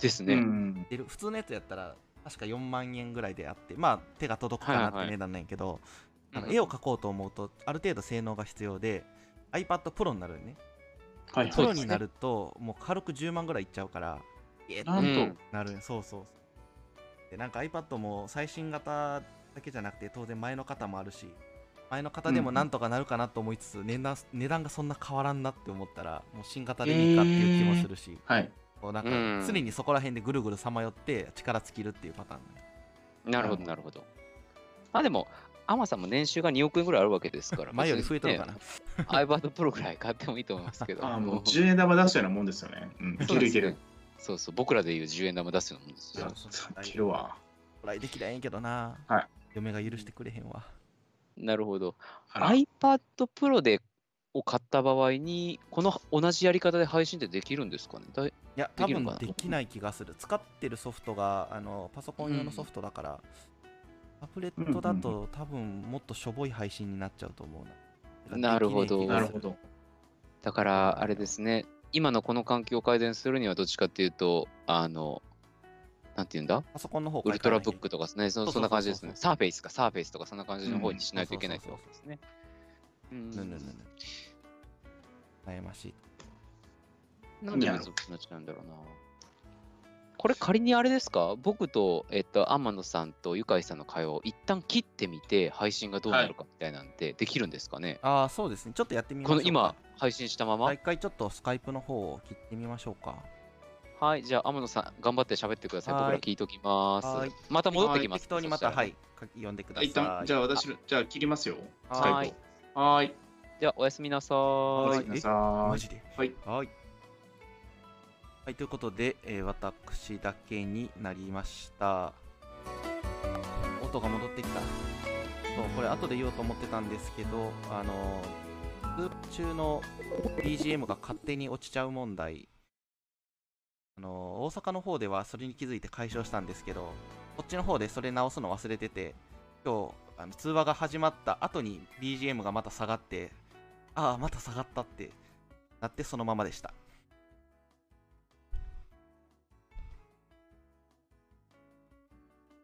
B: です
C: う
B: ね。
C: ん。
D: で普通のやつやったら確か4万円ぐらいであってまあ手が届くかなって
B: はいはい
D: 値段なんやけど、あの
B: うん
D: 絵を描こうと思うとある程度性能が必要で iPad Pro になるね
C: はい
B: そ
D: プ
B: う
C: は
D: ロ
B: ですね
D: になるともう軽く10万ぐらいいっちゃうからえ
C: い。な
B: うん
C: と、
B: ん
D: なるそうそうでなんか iPad も最新型だけじゃなくて当然前の型もあるし前の型でもなんとかなるかなと思いつつ、値段値段がそんな変わらんなって思ったらもう新型でいいかっていう気もするし、
C: はい。
D: こうなんか
B: うん
D: 常にそこら辺でぐるぐるさまよって力尽きるっていうパターン、
B: なるほど、なるほど。まあでも、アマさんも年収が2億円ぐらいあるわけですから。
D: 前より増えたのか
B: な
D: な、
B: iPad Pro ぐらい買ってもいいと思いますけど。
C: ああ、もう
B: うん
C: 10円玉出したようなもんですよね。うん。
B: そ
C: いけ
B: う
C: る
B: で
C: い
B: す
C: け
B: ね
C: る。
B: そうそう、僕らで言う10円玉出すようなもんです
C: いや
B: よ。
D: そう
C: さ切るわ。
D: フライできりゃええけどな、
C: はい
D: 嫁が許してくれへんわ
B: なるほど。
C: あら
B: iPad Pro でを買った場合に、この同じやり方で配信ってできるんですかねだい
D: いや、
B: で
D: 多
B: きる
D: 分
B: のかな
D: できない気がする。使ってるソフトが、あの、パソコン用のソフトだから、タブレットだ
C: うん
D: と、多分もっとしょぼい配信になっちゃうと思うな。
B: なるほど
D: でき
C: な
D: ない
C: る
D: 気がす
C: ほど。
B: だから、あれですね、今のこの環境を改善するには、どっちかっていうと、あの、なんていうんだ
D: パソコンの方
B: ウルトラブック
D: と
B: とかですね、そ
D: そう
B: そ
D: そ
B: ん
D: うそうそ
B: な
D: う
B: 感じですね。サーフェイスか、サーフェイスとか、そんな感じの方
C: う
B: に
C: ん
B: しないといけないってことですね。うん
D: ねねねね悩ましい。
B: なんで難しくなっちゃうんだろうな。これ仮にあれですか僕と、えっと、天野さんとゆかいさんの会話を一旦切ってみて、配信がどうなるかみたいなんて、できるんですかね
D: ああ、そうですね。ちょっとやってみまし
B: こ
D: ょう
B: の
D: か。
B: 今、、配信したまま、は
D: 一
B: い、
D: 回ちょっとスカイプの方を切ってみましょうか。
B: じゃあ、天野さん、頑張って喋ってください。
D: はい
B: 僕ら聞いときます
D: はい。
B: また戻ってきます。
D: 適当にまた、
B: そし
D: は
B: たら
D: い、書き読んでください。
C: 一旦、じゃあ私の、じゃあ切りますよ。
D: あ
C: スカイプを。はーい。
B: では、おやすみなさーい
C: お
D: は
C: や
D: い
C: すみなさ
D: マ
C: い。
D: ジで。
C: はい。
D: はい。はい、ということで、えー私だけになりました。音が戻ってきた。そう、これ後で言おうと思ってたんですけど、あのー、スープ中の BGM が勝手に落ちちゃう問題。あのー、大阪の方ではそれに気づいて解消したんですけど、こっちの方でそれ直すの忘れてて、今日、あの通話が始まった後に BGM がまた下がって、ああ、また下がったってなってそのままでした。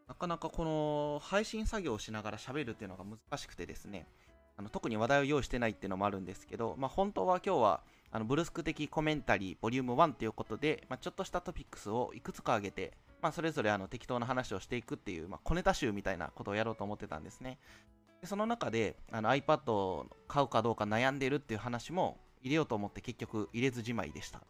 D: なかなかこの配信作業をしながら喋るっていうのが難しくてですね、あの特に話題を用意してないっていうのもあるんですけど、まあ、本当は今日はあのブルスク的コメンタリーボリューム1ということで、まあ、ちょっとしたトピックスをいくつか挙げて、まあ、それぞれあの適当な話をしていくっていう、まあ、小ネタ集みたいなことをやろうと思ってたんですね。でその中であの iPad を買うかどうか悩んでるっていう話も入れようと思って結局入れずじまいでした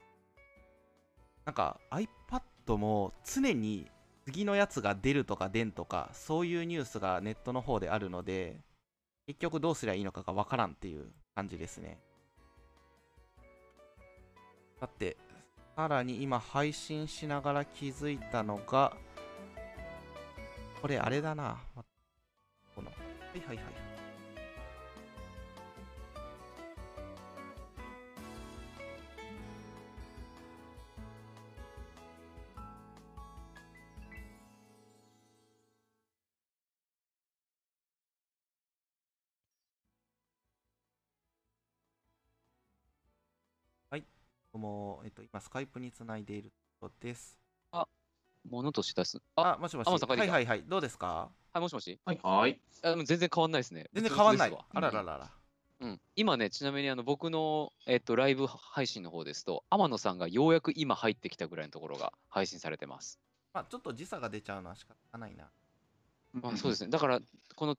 D: なんか iPad も常に次のやつが出るとか出んとかそういうニュースがネットの方であるので結局どうすりゃいいのかがわからんっていう感じですねだってさらに今配信しながら気づいたのがこれあれだなこのはいはいはい。はい、もう、えっと、今、スカイプにつないでいるとこです。
B: 物として出す。あ、
D: あ、もしもし。
B: 天野さん帰
D: は
B: ってき
D: い
B: た
D: はいはい。どうですか
B: はい、もしもし。
C: はい。はい。
B: あでも全然変わんないですね。
D: 全然変わんない
B: 普通です
D: あ
B: わ。
D: らららら。
B: うん、今ね、ちなみにあの僕の、えっと、ライブ配信の方ですと、天野さんがようやく今入ってきたぐらいのところが配信されてます。
D: まあ、ちょっと時差が出ちゃうのは仕方ないな。
B: まあ、そうですね。だから、この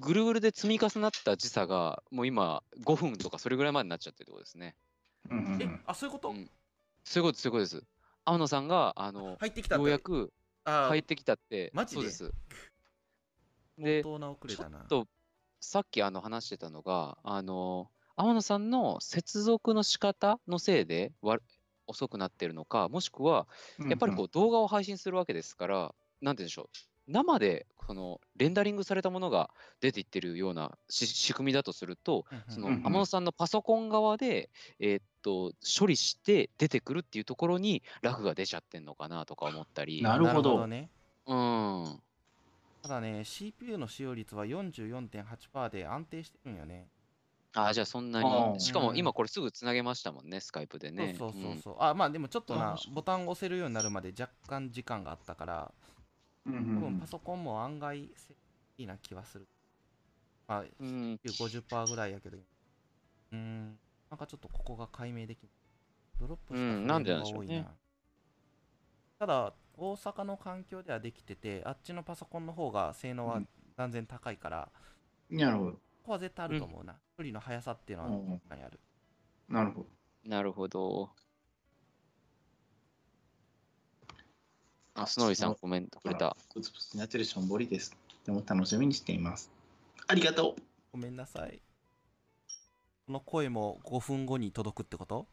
B: ぐるぐるで積み重なった時差が、もう今、5分とかそれぐらいまでになっちゃってるってことですね。
C: うんうんう
D: え
C: ん。、
D: あ、そういうこと、
B: うんそういうことです、そういうことです。天野さんが、あの、
D: 入ってきた
B: ようやく
D: あ
B: 入ってきたって、
D: マジで
B: そうです。
D: 相
B: で、
D: 当な遅れ
B: ちょ
D: だな
B: っ。とさっきあの話してたのが、あの天野さんの接続の仕方のせいでわ遅くなってるのか、もしくはやっぱりこう動画を配信するわけですから、なんて言うんでしょう、生でこのレンダリングされたものが出ていってるようなし仕組みだとすると、
D: うんうん
B: その
C: うんうん
B: 天野さんのパソコン側で、えーっと処理して出てくるっていうところにラグが出ちゃってんのかなとか思ったり。
C: なるほど
D: ね。
B: うん
D: ただね、CPU の使用率は44.8%で安定してるんよね。
B: あーじゃあそんな
C: あ
B: に。
C: ー
B: しかも
D: うん
B: 今これすぐつなげましたもんね、スカイプでね。
D: そうそうそう
B: う
D: そう。あ、まあでもちょっと
C: あ
D: な
C: そ、う
D: ボタンを押せるようになるまで若干時間があったから、
C: うんう
D: 多
C: んう
D: 分
C: ん
D: パソコンも案外いいな気はする。まあ、
B: ん。うん
D: 50%ぐらいやけど、うーん、なんかちょっとここが解明できない。ドロップ
B: うん
D: し
B: な
D: た
B: ん
D: フ
B: で
D: レー
B: なん
D: ム
B: でし
D: が
B: ょう
D: 多
B: ね
D: いな。ただ、大阪の環境ではできてて、あっちのパソコンの方が性能
C: う
D: は
C: ん
D: 断然高いから、
C: なるほど。
D: ここは絶対あると思うな。処理の速さっていうのは
C: うん
D: 確かにある。
C: なるほど。
B: なるほど。あ、スノーリーさんコメントくれた。
C: ブツブツになってるしょんぼりです。でも楽しみにしています。ありがと
D: ごめんなさい。この声も5分後に届くってこと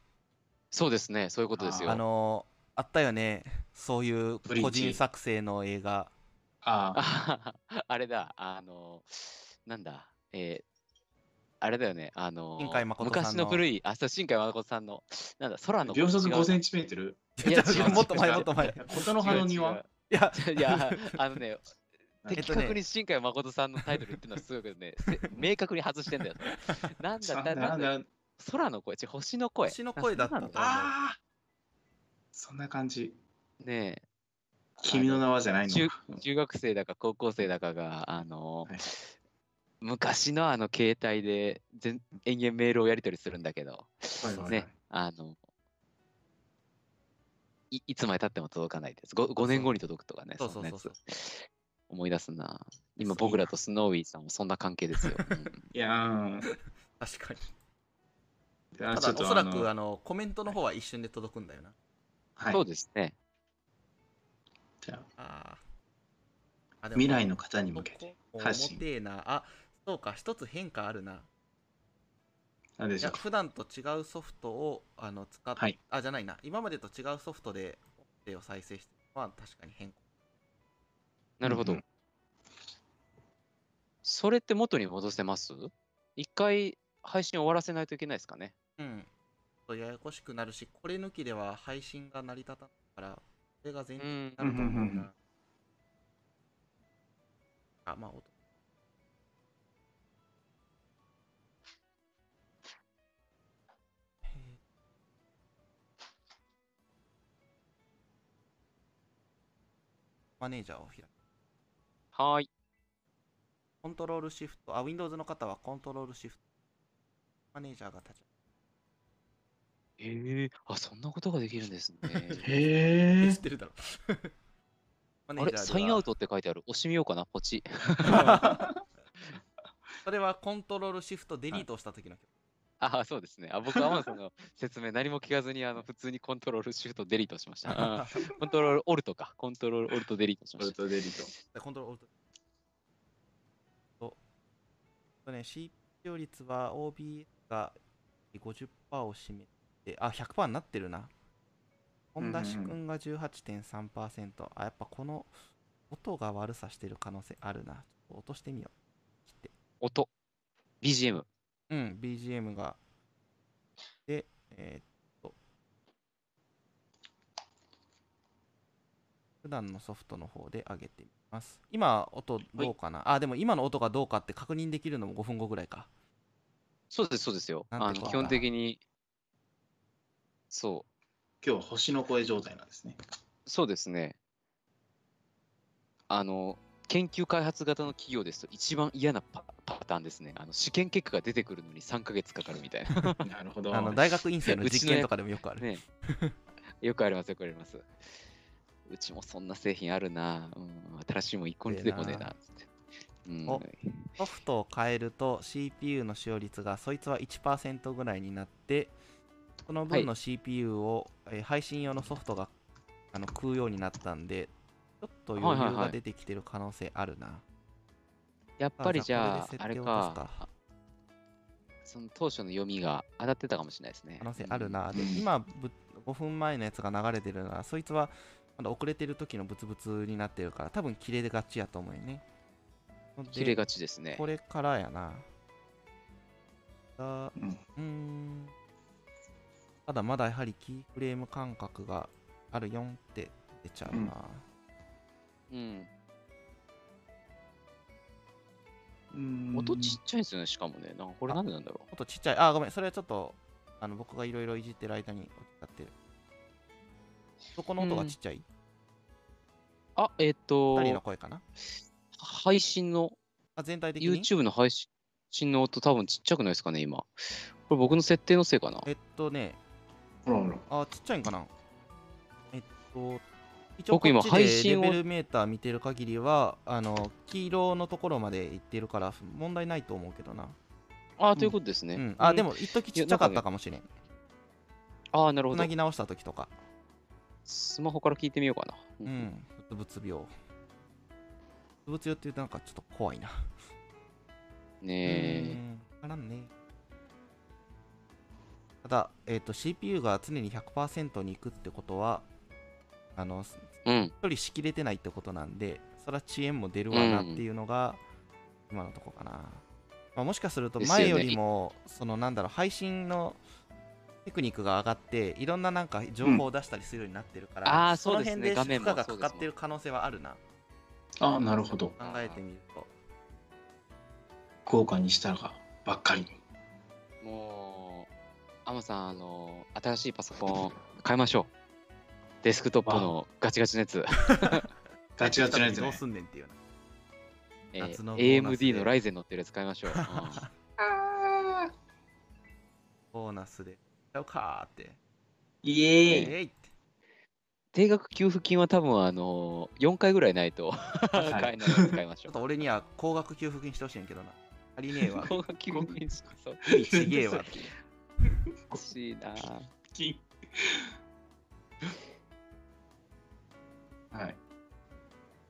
B: そうですね、そういうことですよ。
D: あのー、あったよね。そういう
C: ブリ
D: 個
C: ーチ
D: 人作成の映画。
C: う。ああ。
B: あ <laughs> あれだ、あの、なんだ、えーあれだよね、あの、
D: 新海誠さんの
B: 昔の古い、あ、そう、新海誠さんの、なんだ、空の
C: 秒速
B: 違う
C: 5センチメートル
D: <laughs>
B: いや
D: 違う
B: 違う
D: もっと前
B: 違う
D: もっと前い
C: 琴の葉の
B: 違う
C: 庭
D: や
B: 違
D: <laughs>
B: う <laughs> いや、あのね、
C: えっとね
B: 的確に新海誠さんのタイトル言ってるのはすごいけどね、せ明確に外してんだよ。それなんだ、だ
C: な
B: なんん
C: だ
B: だ、空の声、違う星の声。
D: 星の声だった
B: あそうなん
D: と思う
C: ああそんな感じ
B: ねえ
C: 君の名はじゃないの
B: 中中学生だか高校生だかが、あの、
C: はい
B: 昔のあの携帯で全延々メールをやり取りするんだけど、
C: はいはいはい
B: ね、あの、いいつまで経っても届かないです。5, 年後に届くとかね、
D: そうそ
B: ん
D: う
B: な
D: そ
B: や
D: う
B: つ
D: そう
B: 思い出すな。
C: そ
B: 今
C: う
B: 僕らとスノーウィーさんもそんな関係ですよ。
C: いやー
D: 確かに
C: いや
D: た
C: ち
D: だ
C: ょっ
D: お
C: と
D: そら
C: あ
D: く
C: の
D: あのコメントの方は一瞬で届くんだよな
B: う
C: は
B: ん
C: い
B: そうですね。
C: じゃあ
D: あーあでも
C: 未来の方に向けて
D: お
C: 発信
D: もてえなあそうか一つ変化あるな
C: なんで
D: い
C: しょ
D: や
C: う
D: 普段と違うソフトをあの使っ、
C: はい
D: あじゃないな今までと違うソフトで音声を再生してまあ確かに変更
B: なるほど。
C: うんうん
B: それって元に戻せます一回配信終わらせないといけないですかね。
D: うんちょっとややこしくなるしこれ抜きでは配信が成り立たないからこれが前
B: う
D: 提に
B: ん
D: な。ると思う
C: うんうんうんう
D: なんあまあ音マネージャーを開く
B: はーい。
D: コントロールシフト、あ、Windows の方はコントロールシフト。マネージャーが立ち。
B: ええあ、そんなことができるんですね。
C: <laughs> へえ
D: 知ってるだろ。マネージ
B: あれ
D: ャーでは
B: サインアウトって書いてある。押してみようかな、ポチ。 <laughs>
D: それはコントロールシフトデリートをした時の曲。
B: ああ、そうですね。あ僕、アマンさんの説明何も聞かずに、あの、普通にコントロールシフトデリートし
D: <laughs>
B: ました。あーコントロールオルトか。コントロールオルトデリートしま
C: オル
B: した。
C: トデリと
D: でコントロールオルト。とね、CPU 率は OBS が50%を占めて、あ、100%になってるな。本田氏
C: うんうんう
D: くんが18.3%。あ、やっぱこの音が悪さしてる可能性あるな。ちょっと落としてみよ
B: 音。BGM。
D: う。うん、BGM が。で、えーっと。普段のソフトの方で上げてみます。今、音どうかな、あ、でも今の音がどうかって確認できるのも5分後ぐらいか。
B: そうです、そうですよ。
D: なんてこと
B: あの、
D: だ
B: 基本的に、そう。
C: 今日は星の声状態な
D: <laughs>
C: んですね
B: そうですね。あの、研究開発型の企業ですと一番嫌なパパターンですね。あの試験結果が出てくるのに3ヶ月かかるみたいな。
C: なるほど
D: あの大学院生の
B: <laughs> うち
D: 実
B: の
D: 験とかでもよくある。
B: ね、 <laughs> よくありますよくあります。うちもそんな製品あるな。うん、新しいもん一個に出てこねえな。つってうん、
D: おソフトを変えると CPU の使用率がそいつは1%ぐらいになって、その
B: はい
D: 分の CPU を、えー配信用のソフトがあの食うようになったんで、ちょっと
B: はい
D: 余
B: はい
D: 裕
B: はい
D: が出てきてる可能性あるな。
B: やっぱりじゃ
D: あ
B: あ
D: じ、ゃあこ
B: あ
D: れで設
B: れ
D: 定を
B: か
D: 落とすか
B: その当初の読みが当たってたかもしれないですね。
D: 可能性ある
B: うん
D: な。で
C: うん、
D: 今ぶ、5分前のやつが流れてるな。そいつは、まだ遅れてる時のブツブツになってるから、多分切れがちやと思うよね。
B: 切れ
D: が
B: がちですね
D: こ。れからやな。だ
C: うん
D: うーん。ただまだやはりキーフレーム感覚がある4って出ちゃうな。
C: うん
B: うん。
C: うん
B: 音ちっちゃいんですよね、しかもね。なんかこれなんでなんだろ
D: もっとちっちゃい。あ、ごめん。それはちょっと、あの、僕がいろいろいじってる間にやってる。そこの音がちっちゃい。
B: う。あ、えっ、と
D: 2人の声かな。
B: 配信の、
D: あ、全体的に。
B: YouTube の配信の音多分ちっちゃくないですかね、今。これ僕の設定のせいかな。
D: えっとね、
C: ほらほら
D: あ、ちっちゃいんかな。えっと、一
B: 僕今
D: こっちで
B: 配信を
D: レベルメーター見てる限りは、あの、黄色のところまで行ってるから、問題ないと思うけどな。
B: ああ、ということですね。
D: うん、あ、で
B: も。
D: も、一時ちっちゃかったかもしれん。
B: ああ、なるほ
D: つ
B: ど
D: な。ぎ直した時とか。
B: スマホから聞いてみようかな。う
D: う。ん、ぶつぶつ病。ぶつぶつ病って言うとなんかちょっと怖いな。
B: ねえ。
D: うんわからんね。ただ、えっ、と、CPU が常に100%に行くってことは、あの、す
B: うん。
D: 一人しきれてないってことなんで、そりゃ遅延も出るわなっていうのが、今のとこかな。まあ、もしかすると、
B: ですよね
D: 前よりも、そのなんだろう、配信のテクニックが上がっていろんななんか情報を出したりするようになってるから、
B: うんあー
D: その辺で
B: そうですね
D: 負荷が
B: 画面もそ
D: か
B: う
D: か
B: ですもん
D: ってる可能性はあるな
C: あなるほど
D: 考えてみると
C: 豪華にしたがばっかりに
B: もう、アマさん、あの、新しいパソコン買いましょう。デスクトップのガチガチのやつ。
C: ガチガチなやつ
D: どう
C: ね
D: すんねんっていうな
B: えー
D: <laughs> 夏のボーナスで
B: AMD のライゼン乗ってるやつ買いましょう。うん
D: ボーナスでちゃうかーって
C: イエ
D: え
C: ーイ
D: いって
B: 定額給付金は多分、あの、4回ぐらいないと買えないやつ買いまし
D: ちょっ
B: ょう。
D: と俺には高額給付金してほしいんやけどな足り
C: <laughs>
D: ねえわ
B: <laughs> 高額給付金しそう。
D: 意味ちげえわって
B: 欲しいなぁ。
C: はい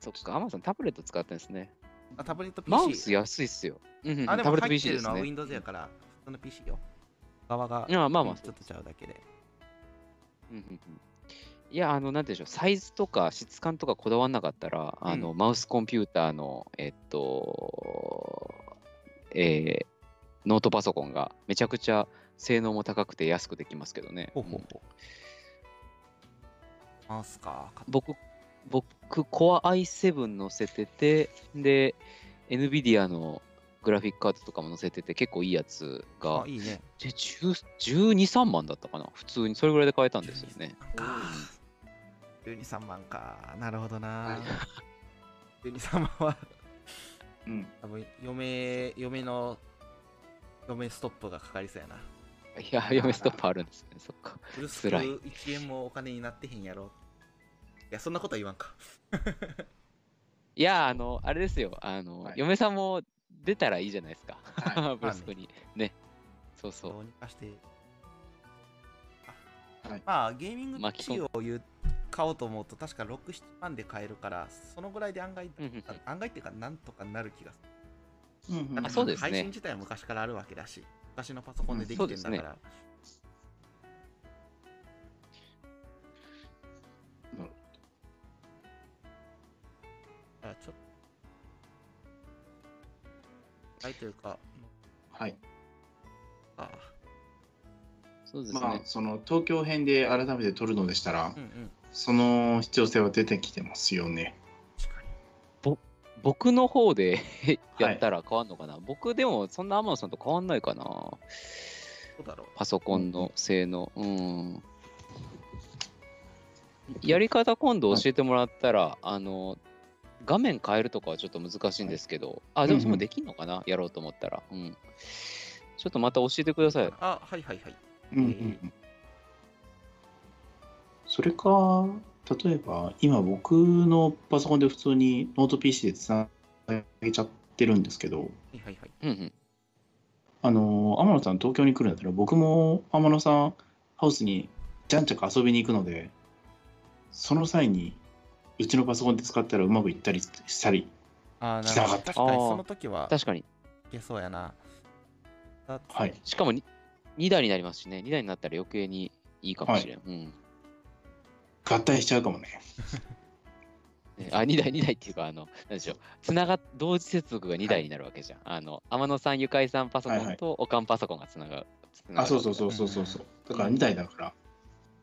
B: そっか、アマさんタブレット使ってんですね。
D: あタブレット PC
B: マウス安いっすよ。うんうん
D: あで
B: タ
D: も
B: ブレット
D: 入っ
B: PC
D: て
B: で
D: る
B: す
D: のは
B: ね
D: Windows やから普通の PC よ側が
B: いやまあまあ
D: ちょっとちゃうだけで
B: うんうんうんいや、あの、なんていうんでしょう、サイズとか質感とかこだわんなかったら、あの、マウスコンピューターの、えっと、えーノートパソコンがめちゃくちゃ性能も高くて安くできますけどね。
D: ほうほ
B: う
D: うんほうマウスか買っ
B: 僕、僕、Core i7 乗せてて、で、NVIDIA のグラフィックカードとかも乗せてて、結構いいやつ
D: た
B: が
D: あ、いいね
B: で10 12、3万だったかな。普通に、それぐらいで買えたんですよね。
D: か12、3万か。なるほど
B: <laughs>
D: な。12、3万は
C: うん
D: 多分嫁、嫁の、嫁ストップがかかりそうやな。
B: いや、嫁ストップあるんですね。そっか。
D: うるすく
B: 辛い
D: 1円もお金になってへんやろ。いや、そんなことは言わんか。
B: いや、あの、あれですよ。あの、
C: はい
B: 嫁さんも出たらいいじゃないですか。<laughs>
C: は
B: ブルスクに。ね。そうそ
D: ど
B: う。
D: うにかして。あ
C: はい
D: まあ、ゲーミング
B: 巻き
D: PC
B: 込
D: を言う買おうと思うと、確か6、7万で買えるから、そのぐらいで案外、
B: うんうんうん
D: あ案外っていうか、なんとかなる気がする。
B: <laughs>
C: うんうん
B: あそうですね
D: 配信自体は昔からあるわけだし、昔のパソコンででき
B: そう
D: てん
B: です
D: だ
B: ね
D: から。あちょっと。はい、というか、
C: はい
D: あ
B: そうですね。
C: まあその東京編で改めて撮るのでしたら
D: うんうん。
C: その必要性は出てきてますよね
D: 確かに。
B: 僕の方で <laughs> やったら変わんのかな、僕でもそんな天野さんと変わんないかな。
D: どうだろう。
B: パソコンの性能。うん。やり方今度教えてもらったら、あの、画面変えるとかはちょっと難しいんですけど、あ、でもそれもできんのかな、やろうと思ったら。うん。ちょっとまた教えてください。
D: あ、はいはいはい。
C: うんうんうんそれか例えば今僕のパソコンで普通にノート PC でつなげちゃってるんですけど
D: はいはいはい。
B: うんうん。
C: あの天野さん東京に来るんだったら僕も天野さんハウスにじゃんちゃく遊びに行くのでその際にうちのパソコンで使ったらうまくいったりしたり
D: あー
C: つながっ
D: 確
C: た
D: かにその時は、い
B: 確かに。
D: けそうやな。だって
C: はい
B: しかも 2, 台になりますしね、2台になったら余計にいいかもしれん。うん
C: 合体しちゃうかもね
B: ねあ、2台、2台っていうか、あの、なんでしょう、つながっ、同時接続が2台になるわけじゃん。あの、天野さん、ゆかいさんパソコ
C: はいは
B: ン
C: い
B: と、おかんパソコンがつながる。つなが
C: あ
B: る
C: そうそうそうそうそうそうだから2台だから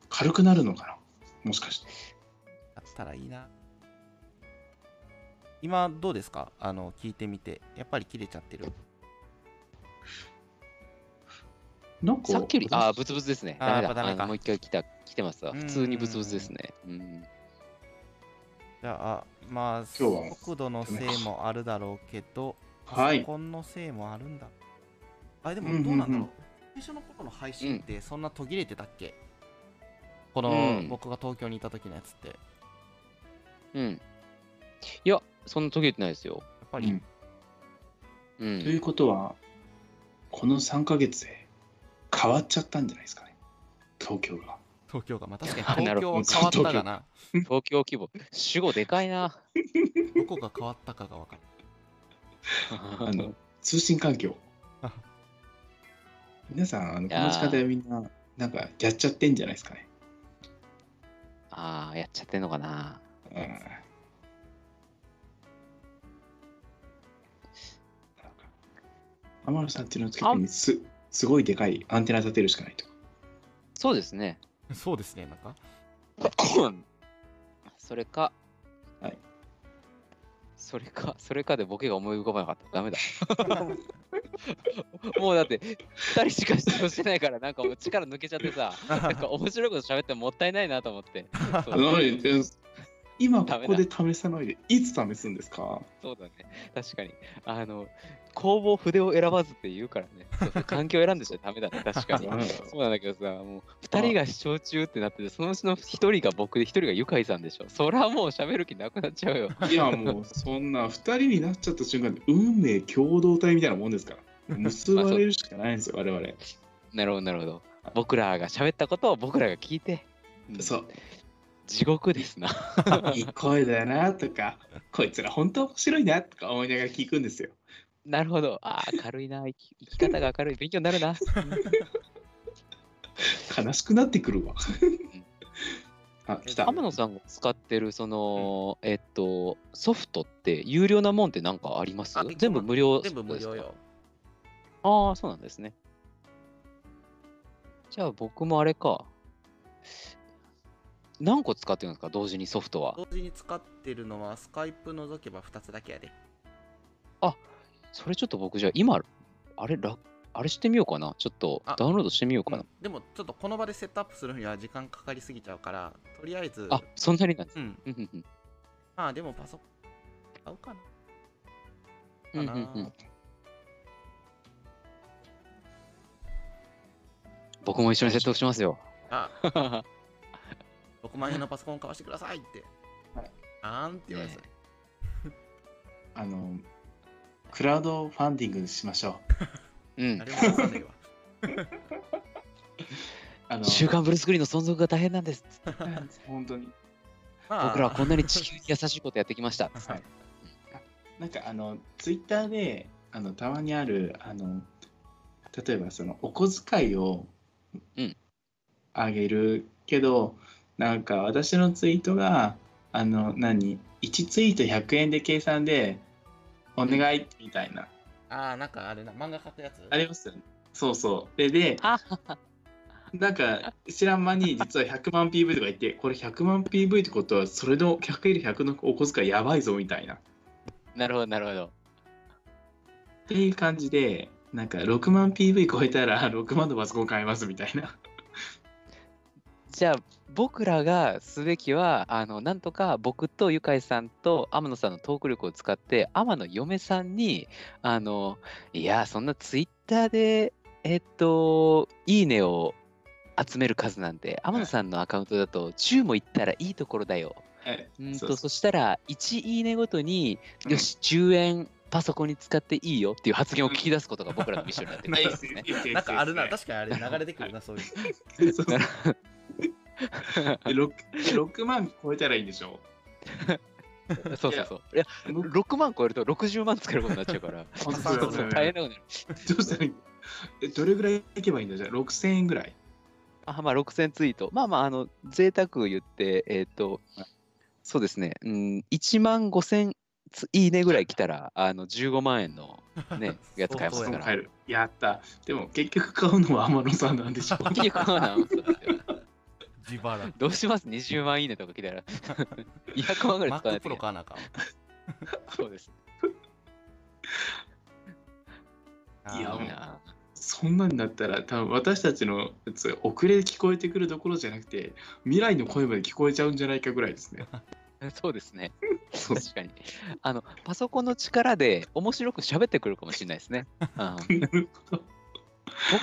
C: 軽くなるのかなもしかして
D: だったらいいな。今、どうですかあの、聞いてみて。やっぱり切れちゃってる。
C: なんか
B: さっきより、あー、ブツブツですね。
D: あー
B: ダメ
D: やっぱ
B: だ。
D: ダメか
B: あのもう一回来た、来てますわ。
D: うん
B: 普通にブツブツですね。うん。
D: じゃあ、まあ、
C: 今日は
D: 速度のせいもあるだろうけど、
C: は
D: パ
C: い
D: ソコンのせいもあるんだ。あ、で
C: うんうんう
D: も
C: ん
D: どうなんだろう。最初の頃の配信ってそんな途切れてたっけ、この、
B: うん
D: 僕が東京にいた時のやつって。やっ
B: うん。いや、そんな途切れてないですよ。
D: ぱり、
C: うん
B: う
C: とい
B: ん。
C: うことはこの3ヶ月で変わっちゃったんじゃないですかね東京が
D: 東京が、まあ確
B: あ
D: かに東
B: なる
D: 京
B: ほ
D: は
C: ど
D: 変わったかな。
B: 東京規模、主語でかいな。
D: どこが変わったかが分かる。
C: <laughs>
D: <laughs>
C: あの通信環境
D: あ
C: 皆さんあの
B: い
C: こ
B: やー
C: の時間でみんななんかやっちゃってんじゃないですかね
B: <laughs> ああ、やっちゃってんのかな。
C: うんなんか天野さんっていうのをつけてすすごいでかいアンテナ立てるしかないと
B: そうですね。
D: そうですね、なんか。
B: <laughs> それか、
C: はい。
B: それか、それかでボケが思い浮かばなかった。ダメだ。
D: <laughs>
B: もうだって、2人しか出場してないから、なんかもう力抜けちゃって
C: <laughs>
B: さ、なんか面白いこと喋ってもったいないなと思って。そ
C: あの
B: う
C: え今ここで試さないで、いつ試すんですか
B: そうだね。確かに。あの、工房筆を選ばずって言うからね。そうそう環境を選んでちゃダメだね。確
C: <laughs>
B: かに。そうなんだけどさ、もう2人が視聴中ってなってて、そのうちの1人が僕で1人がユカイさんでしょ。そりゃもう喋る気なくなっちゃうよ。
C: いやもうそんな2人になっちゃった瞬間で運命共同体みたいなもんですから結ばれるしかない
B: <laughs>
C: んですよ我々
B: なるほど、なるほど。僕らが喋ったことを僕らが聞いて。うん
C: そう
B: 地獄ですな。 <laughs>
C: いい声だよなとかこいつら本当面白いなとか思いながら聞くんですよ
B: なるほど。ああ、明るいな。生き生き方が明るい。勉強になるな。
C: 悲しくなってくるわ <laughs> あ来た
B: 天野さんが使ってる、その、えっと、ソフトって、有料なもんってなんかあります
A: あビッグマン
B: 全部無料
A: 全部無
B: ですか
A: 料よ。
B: ああ、そうなんですね。じゃあ僕もあれか。何個使ってるんですか同時にソフトは。
A: 同時に使ってるのはスカイプ除けば2つだけやで。
B: それちょっと僕じゃあ今、あれ、らあれしてみようかな。ちょっと
A: あ
B: ダウンロードしてみようかな。
A: でもちょっとこの場でセットアップするには時間かかりすぎちゃうから、とりあえず、
B: あ、そんなになんです
A: うん。
B: うんうんうん
A: まあでもパソコン買うかな。
B: う
A: かな
B: んうんうん僕も一緒に説得します
A: <laughs>
B: よ。
A: あ、
B: あ
A: 6万円のパソコン買わしてくださいって。
C: はい
A: あーんって言われて
B: ね
C: あのクラウドファンディングしましょう
B: うん
A: あ。れもわかんないわ。
C: あの
B: 週刊ブルースクリーンの存続が大変なんです。
C: 本当に
A: まあ、
B: 僕らはこんなに地球に優しいことやってきました。
C: はいなんかあのツイッターであのたまにあるあの例えばそのお小遣いを
B: うん
C: あげるけど、なんか私のツイートがあの何1ツイート100円で計算でお願いみたいな、
A: あー、なんかあれな、漫画描くやつ。
C: ありますよねそうそうでで
B: あ
C: なんか知らん間に実は100万 PV とか言ってこれ100万 PV ってことはそれの 100×100 のお小遣いやばいぞみたいな
B: なるほど、なるほど。
C: っていう感じで、なんか6万 PV 超えたら6万の <laughs> パソコン買えますみたいな。
B: じゃあ僕らがすべきはあのなんとか僕とゆかいさんと天野さんのトーク力を使って天野嫁さんにあのいやそんなツイッターでえっといいねを集める数なんて天野さんのアカウントだと10もいったらいいところだよ。
C: <laughs> え
B: うん
C: そ
B: と
C: う
B: そ
C: そう
B: したら1いいねごとに
C: うん
B: よし10円パソコンに使っていいよっていう発言を聞き出すことが僕らのミッションになってくるんです
C: <laughs>
B: ね。
A: なんかあるな、確かにあれ流れてくるな、そういう。、
C: そう <laughs>
B: なる
C: 6, 6万超えたらいいんでしょ
B: そうそうそう。いや6万超えると60万使えることになっちゃうから。
C: 本 <laughs> 当
B: そう
C: だ
B: そ
C: よ
B: う、
C: ね
B: 大変なことになる。
C: どうしたらいいえどれぐらいいけばいいんだじゃあ6000円ぐらい。
B: あ、まあ、6000ツイート。まあまあ、あの、贅沢言って、えっ、と、そうですね、うん、1万5000ついいねぐらい来たら、あの、15万円の <laughs> ねやつ買えま
A: そう
B: す
A: だよ
B: から。
C: 買える。やった。でも結局買うのは天野さんなんでしょ
B: <laughs> 結局買わなそうですよ
D: 自腹。
B: どうします ?20 万いいねとか来たら。200万ぐらい使わない
A: Mac
B: とい
A: Pro
B: けない。
A: かなんか。
B: そうです。
C: いや
D: あー
C: もう
B: いいな
C: そんなんだったら多分私たちのやつ遅れ聞こえてくるどころじゃなくて未来の声まで聞こえちゃうんじゃないかぐら
B: <laughs>
C: いですね。
B: そうですね。
C: <laughs> そう
B: 確かに。あの、パソコンの力で面白く喋ってくるかもしれないですね。うん
C: なるほど。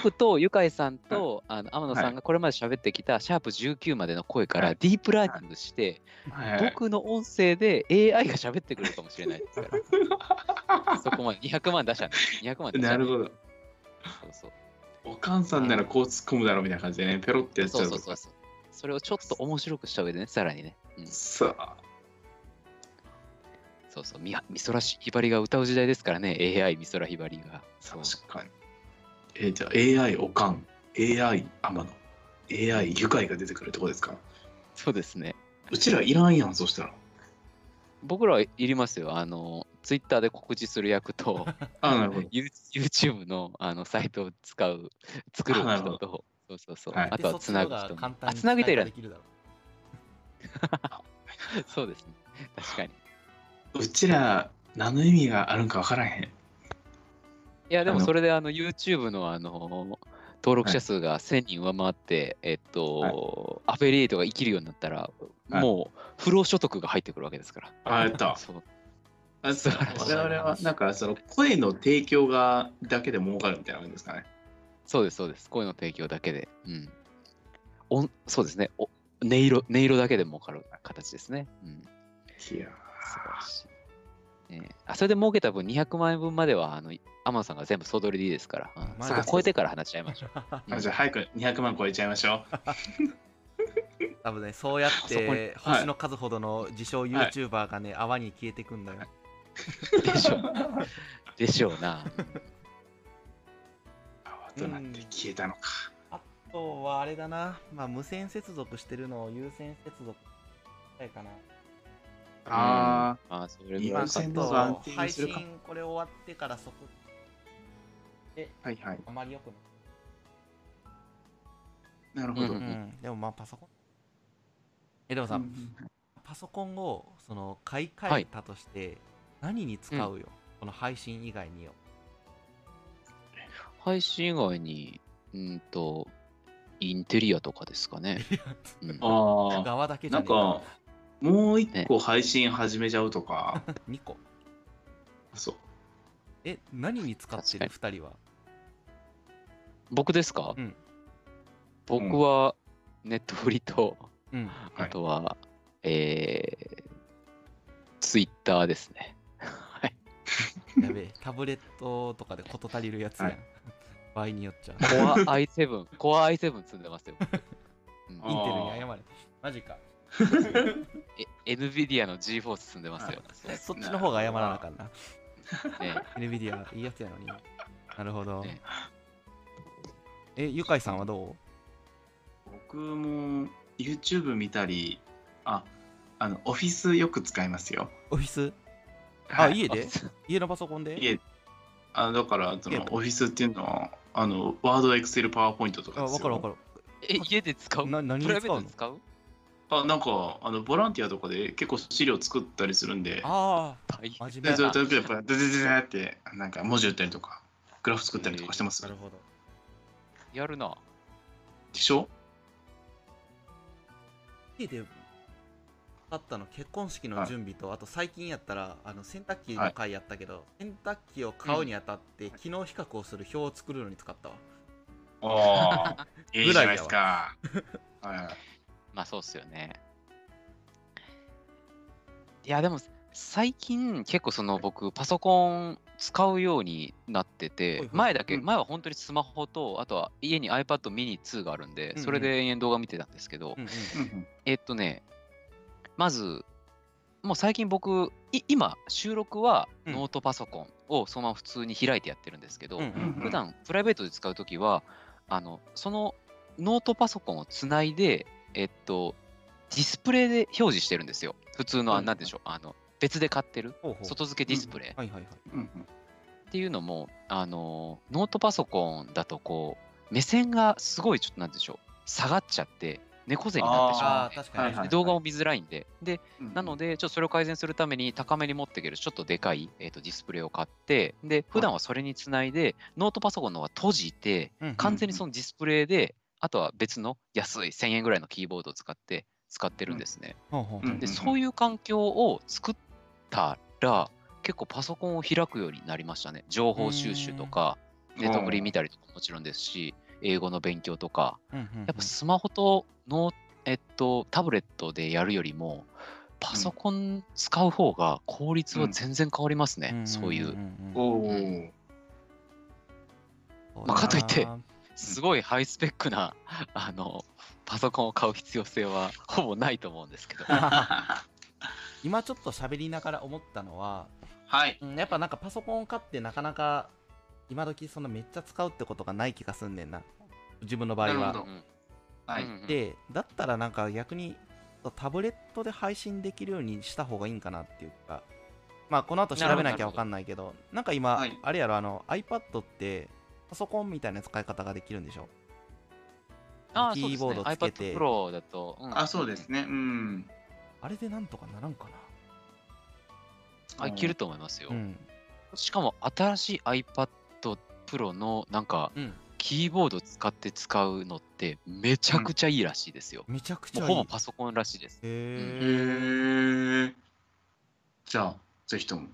B: 僕とゆかいさんと、あの天野さんがこれまで喋ってきた、シャープ19までの声から
C: はい
B: ディープラーニングして、
C: はい
B: 僕の音声で AI が喋ってくるかもしれない
C: <laughs>
B: ですからそこまで200万出したんです200万出した
C: なる
B: ど
C: ほど。
B: そうそう
C: おかんさんならこう突っ込むだろうみたいな感じでね、ペロってやっち
B: そ
C: ゃ
B: う
C: う
B: そ
C: と
B: うそうそうそれをちょっと面白くした上でねさらにね、うん、
C: さあ、
B: そうそうみ美空ひばりが歌う時代ですからね AI 美空ひばりがそう
C: 確かに。えーじゃあ AI おかん、AI 天野、AI 愉快が出てくるとこですか
B: そうですね
C: うちらいらんやん、そしたら。
B: 僕らはいりますよあのツイッターで告知する役と
C: あなるほど。
B: <laughs> ユー YouTube のあのサイトを使う、作る
C: あなるほ
B: 人と、そうそうそう。
C: はい
B: あとはつなぐ
D: そっちの方
B: 人
D: が簡
B: も。
D: 単
B: あ、
D: に
B: つなぐ人いら
D: で
B: ない。
D: きるだろう
B: そうですね。確かに。
C: うちら、何の意味があるんか分からへん。
B: いや、でも
C: あの
B: それであの YouTube のあの登録者数が1000人上回って、えっと、アフェリエイトが生きるようになったら、
C: はい
B: もう不労所得が入ってくるわけですから。
C: あやった
B: そう
C: あそう我々は、なんか、その、声の提供が、だけで儲かるみたいなもんですかね。
B: そうです、そうです。声の提供だけで。うん。おそうですね。お音色、音色だけで儲かる形ですね。うん。
C: いや
B: 素晴らしい。ねえあそれで儲けた分200万円分まではあのアマンさんが全部総取りでいいですから、うん
D: まあ
B: そこ超えてから話し合いましょう。
C: ーあじゃあ早く200万超えちゃいましょう。
D: <laughs> 多分ね、そうやっ
C: そこに
D: て星の数ほどの自称 YouTuber がね、泡に消えてくんだよ。
B: でしょう。 <laughs> でしょうな。
C: 泡となって消えたのか。
D: あとはあれだな、まあ、無線接続してるのを有線接続したいかな。
C: あ
B: うん。あ、それぐらい
C: 無
B: か
C: 線
D: ま
C: の
D: あ
C: 方が
D: ち
C: 安
D: ょっと
C: 定
D: 配
C: するか
D: 信これ終わってからそこ
C: あ、はいはい。
D: あまりよくない。
C: なるほど。
B: う
C: う
D: う
C: んん
D: ん、でもまあパソコン。え、でもさ、パソコンをその買い替えたとして何に使うよ、この配信以外によ。
B: 配信以外に、うんと、インテリアとかですかね。うん
C: あ
D: 側だけ
C: あ、
D: じゃね
C: なん
D: えか
C: か、もう一個配信始めちゃうと
D: <laughs>
C: か。
D: 2個。
C: そう。
D: え、何に使ってる2人は
B: 僕ですか、
D: うん
B: 僕は、ネットフリと、
D: うん。
C: は
B: あ
C: い
B: とは、えー、ツイッターですね。はい
D: <laughs> やべえ、タブレットとかで事足りるやつやん。
C: はい
D: 場合によっちゃ。
B: コア <laughs> i7、コア i7 積んでますよ。
D: <laughs>
B: 僕うん
C: あ
D: イ
C: ー
D: ンテルに謝れ。マジか。
B: え NVIDIA の GForce 積んでますよ。そう
D: そっちの方が謝らなあかんな。
B: ね
D: NVIDIA いいやつやのに。なるほど
B: ね。
D: え、ゆかいさんはど
C: 僕も YouTube 見たり、あ、あの、オフィスよく使いますよ。
D: うオフィス
C: は
D: あ、
C: い
D: 家で家のパソコンで
C: 家あだから、そ
D: い
C: の
D: や
C: オフィスっていうのは、あの、ワード、エクセル、パワーポイントとか
D: あ、
C: ですよ。
D: わかるわかる。
B: え、家で使う
D: な何に
B: プライ
D: 使う
B: ベート
D: の
B: で使う
C: あ、なんか、あの、ボランティアとかで結構資料作ったりするんで、
D: あ
B: 大
D: あ、真面
C: で
D: 目
C: そ
D: だ
C: れとやっぱ、 <laughs> ででででって、なんか文字打ったりとか、グラフ作ったりとかしてます。
D: なるほど。
B: やるな。
C: でしょ
D: 家であったの結婚式の準備と、あと最近やったらあの洗濯機の回やったけど、洗濯機を買うにあたって、機能比較をする表を作るのに使ったわ
C: おー、 <laughs> いいじゃないです
D: ぐ <laughs>
C: か。はい
B: まあそうっすよね。いやでも最近結構その僕パソコン使うようになっ
D: は
B: て
D: いは
B: て
D: い
B: 前だけ
C: うん
B: 前は本当にスマホとあとは家に iPad mini 2があるん
D: うんう
B: で
D: ん
B: それで延々動画見てたんですけど
D: うんうん
C: うんうん
B: えっとねまずもう最近僕い今収録は
D: うん
B: ノートパソコンをそのまま普通に開いてやってるんですけど
D: うんうん
B: 普段プライベートで使うときはあのそのノートパソコンをつないでえっとディスプレイで表示してるんですよ普通の
C: う
B: あ
C: ん
B: なんでしょうあの別で買ってる
D: ほうほう
B: 外付けディスプレイ
D: はいはいはい
C: うんうん
B: っていうのもあのノートパソコンだとこう目線がすごいちょっとなんでしょう下がっちゃって猫背になってし
D: あ
B: まう
D: あ
B: んで
D: 確かに、
C: はいはい
B: で動画も見づらいんでで
C: うんうん
B: なので、ちょっとそれを改善するために高めに持っていけるちょっとでかい、えー、とディスプレイを買って、で、普段はそれにつないで、ノートパソコンの方は閉じて、
D: うんうん
B: 完全にそのディスプレイで、あとは別の安い1000円ぐらいのキーボードを使って、使ってるんですね。
D: ほうほう
C: うん
B: で、そういう環境を作ったら、結構パソコンを開くようになりましたね。情報収集とか、ネットフリ見たりとかもちろんですし、英語の勉強とか、
D: うんうんうん
B: やっぱスマホとの、えっと、タブレットでやるよりも、パソコン使う方が効率は全然変わりますね、そうい
D: ん
B: う。
D: んうん
C: おー
D: そうだな
B: まあかといってすごいハイスペックな、 <laughs> あの、パソコンを買う必要性はほぼないと思うんですけど。
D: 今ちょっと喋りながら思ったのは、
C: はい。
D: うんやっぱなんかパソコンを買ってなかなか今時そのめっちゃ使うってことがない気がすんねんな自分の場合
C: な
D: は
C: るほど
B: うん
C: は
B: う
C: い。
B: んうん
D: でだったらなんか逆にタブレットで配信できるようにした方がいいんかなっていうかまあこの後調べなきゃわかんないけどなんか今、
C: はい
D: あれやろあの iPad ってパソコンみたいな使い方ができるんでしょ
B: ああ、
D: キ
B: そうで
D: ーボー
B: すね。
D: ドつけ
B: iPad
D: て、
B: Pro だと。ん
C: あ、そうです。ね。うん。
D: あれでなんとかならんか
B: あ、いけると思いますよ
D: な。う。ん。
B: しかも、新しい iPad Pro の、なんか、
D: うん。
B: キーボード使って使うのって、めちゃくちゃいいらしいですよ。
D: めちゃくち
B: もう
D: ゃいい。
B: ほぼパソコンらしいです。
D: へ
C: へ
D: ー
C: ーじゃあ、ぜひとも。